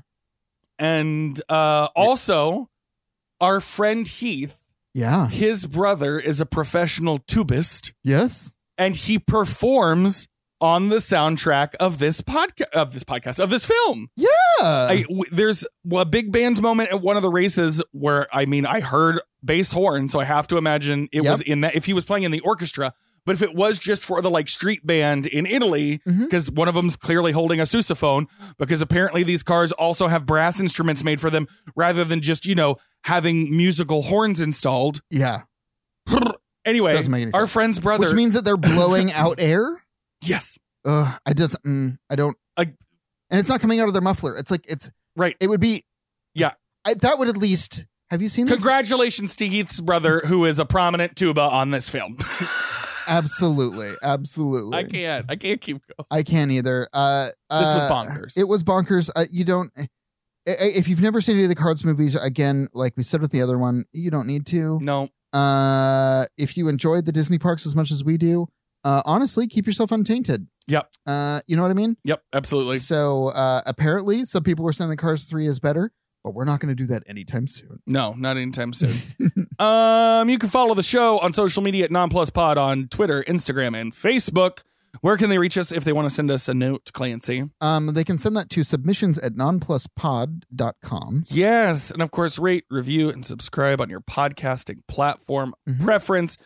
Speaker 2: And uh, also, our friend Heath,
Speaker 3: Yeah.
Speaker 2: his brother is a professional tubist,
Speaker 3: Yes.
Speaker 2: and he performs on the soundtrack of this podcast of this podcast of this film.
Speaker 3: Yeah. Uh,
Speaker 2: I
Speaker 3: Um,
Speaker 2: w- there's a big band moment at one of the races where I mean I heard bass horn, so I have to imagine it
Speaker 3: Yep.
Speaker 2: was in that if he was playing in the orchestra. But if it was just for the like street band in Italy,
Speaker 3: Mm-hmm.
Speaker 2: because one of them's clearly holding a sousaphone, because apparently these cars also have brass instruments made for them rather than just you know having musical horns installed.
Speaker 3: yeah.
Speaker 2: Anyway,
Speaker 3: Doesn't make any
Speaker 2: our
Speaker 3: sense.
Speaker 2: friend's brother,
Speaker 3: Which means that they're blowing out air.
Speaker 2: yes,
Speaker 3: Ugh, I just mm, I don't.
Speaker 2: I-
Speaker 3: and it's not coming out of their muffler. It's like it's
Speaker 2: right.
Speaker 3: It would be
Speaker 2: yeah.
Speaker 3: I, that would at least. Have you seen this?
Speaker 2: Congratulations to Heath's brother, who is a prominent tuba on this film.
Speaker 3: Absolutely, absolutely.
Speaker 2: I can't, I can't keep going.
Speaker 3: I can't either. Uh,
Speaker 2: This was
Speaker 3: uh,
Speaker 2: bonkers.
Speaker 3: It was bonkers. Uh, you don't. i- i- If you've never seen any of the Cards movies, again, like we said with the other one, you don't need to.
Speaker 2: No,
Speaker 3: Uh, if you enjoyed the Disney parks as much as we do, uh, honestly, keep yourself untainted.
Speaker 2: yep,
Speaker 3: Uh, you know what I mean?
Speaker 2: yep, absolutely.
Speaker 3: So uh, apparently, some people were saying that Cars Three is better, but we're not going to do that anytime soon.
Speaker 2: No, not anytime soon. um, you can follow the show on social media at NonplusPod on Twitter, Instagram, and Facebook. Where can they reach us if they want to send us a note, Clancy?
Speaker 3: Um, they can send that to submissions at nonpluspod.com.
Speaker 2: Yes, and of course, rate, review, and subscribe on your podcasting platform preference.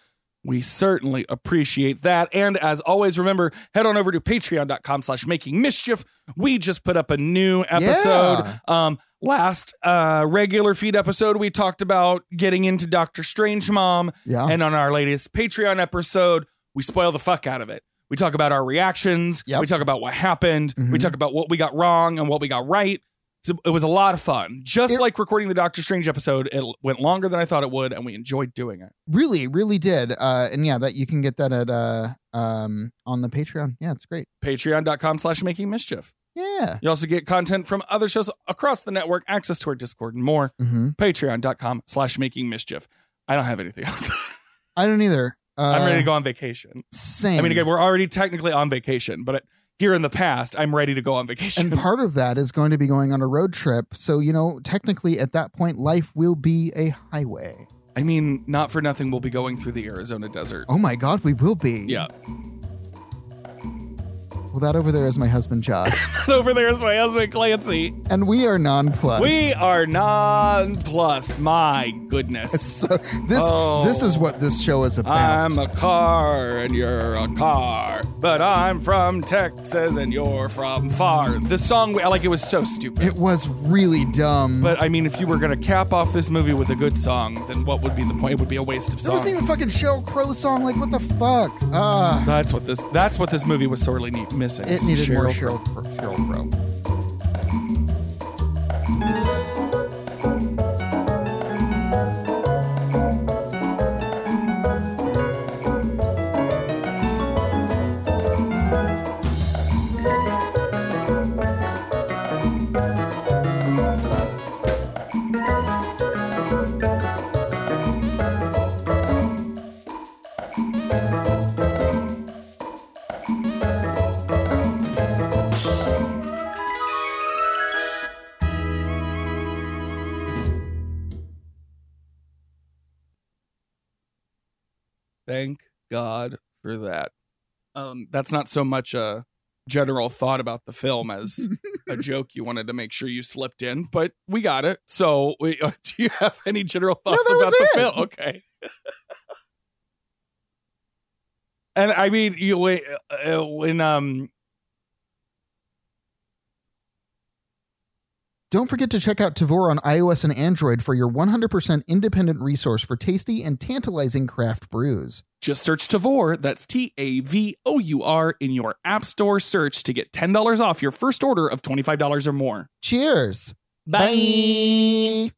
Speaker 2: We certainly appreciate that. And as always, remember, head on over to patreon.com slash making mischief. We just put up a new episode.
Speaker 3: Yeah.
Speaker 2: Um, last uh regular feed episode, we talked about getting into Doctor Strange Mom.
Speaker 3: Yeah.
Speaker 2: And on our latest Patreon episode, we spoil the fuck out of it. We talk about our reactions.
Speaker 3: Yep.
Speaker 2: We talk about what happened. We
Speaker 3: Mhm.
Speaker 2: talk about what we got wrong and what we got right. So It was a lot of fun. Just
Speaker 3: It-
Speaker 2: like recording the Doctor Strange episode, it went longer than I thought it would, and we enjoyed doing it.
Speaker 3: Really, really did. Uh, and yeah, that you can get that at uh, um, on the Patreon. Yeah, it's great.
Speaker 2: Patreon.com slash making mischief.
Speaker 3: Yeah.
Speaker 2: You also get content from other shows across the network, access to our Discord, and more.
Speaker 3: hmm
Speaker 2: Patreon.com slash making mischief. I don't have anything else.
Speaker 3: I don't either. Uh,
Speaker 2: I'm ready to go on vacation.
Speaker 3: Same.
Speaker 2: I mean, again, we're already technically on vacation, but here in the past, I'm ready to go on vacation.
Speaker 3: and part of that is going to be going on a road trip. So, you know, technically at that point, life will be a highway.
Speaker 2: I mean, not for nothing, we'll be going through the Arizona desert.
Speaker 3: Oh my God, we will be.
Speaker 2: Yeah.
Speaker 3: Well, that over there is my husband, Josh.
Speaker 2: Over there is my husband, Clancy.
Speaker 3: and we are nonplussed.
Speaker 2: We are nonplussed. My goodness.
Speaker 3: So this this is what this show is about.
Speaker 2: Oh. I'm a car and you're a car, but I'm from Texas and you're from far. The song, like, it was so stupid.
Speaker 3: it was really dumb.
Speaker 2: But I mean, if you were gonna cap off this movie with a good song, then what would be the point? It would be a waste of
Speaker 3: There wasn't
Speaker 2: song.
Speaker 3: even a fucking Sheryl Crow song. Like, what the fuck? Ah,
Speaker 2: That's what this. That's what this movie was sorely need, missing.
Speaker 3: it
Speaker 2: Some
Speaker 3: needed more
Speaker 2: Sheryl Crow.
Speaker 3: Sheryl Crow. Sheryl Crow.
Speaker 2: Thank God for that. Um, that's not so much a general thought about the film as a joke you wanted to make sure you slipped in, but we got it. So, we, do you have any general thoughts
Speaker 3: that
Speaker 2: about
Speaker 3: was
Speaker 2: the
Speaker 3: it.
Speaker 2: film? Okay. and I mean, you wait uh, when um
Speaker 3: Don't forget to check out Tavor on iOS and Android for your 100% independent resource for tasty and tantalizing craft brews.
Speaker 2: Just search Tavor, that's T A V O U R, in your App Store search to get $10 off your first order of $25 or more.
Speaker 3: Cheers!
Speaker 2: Bye.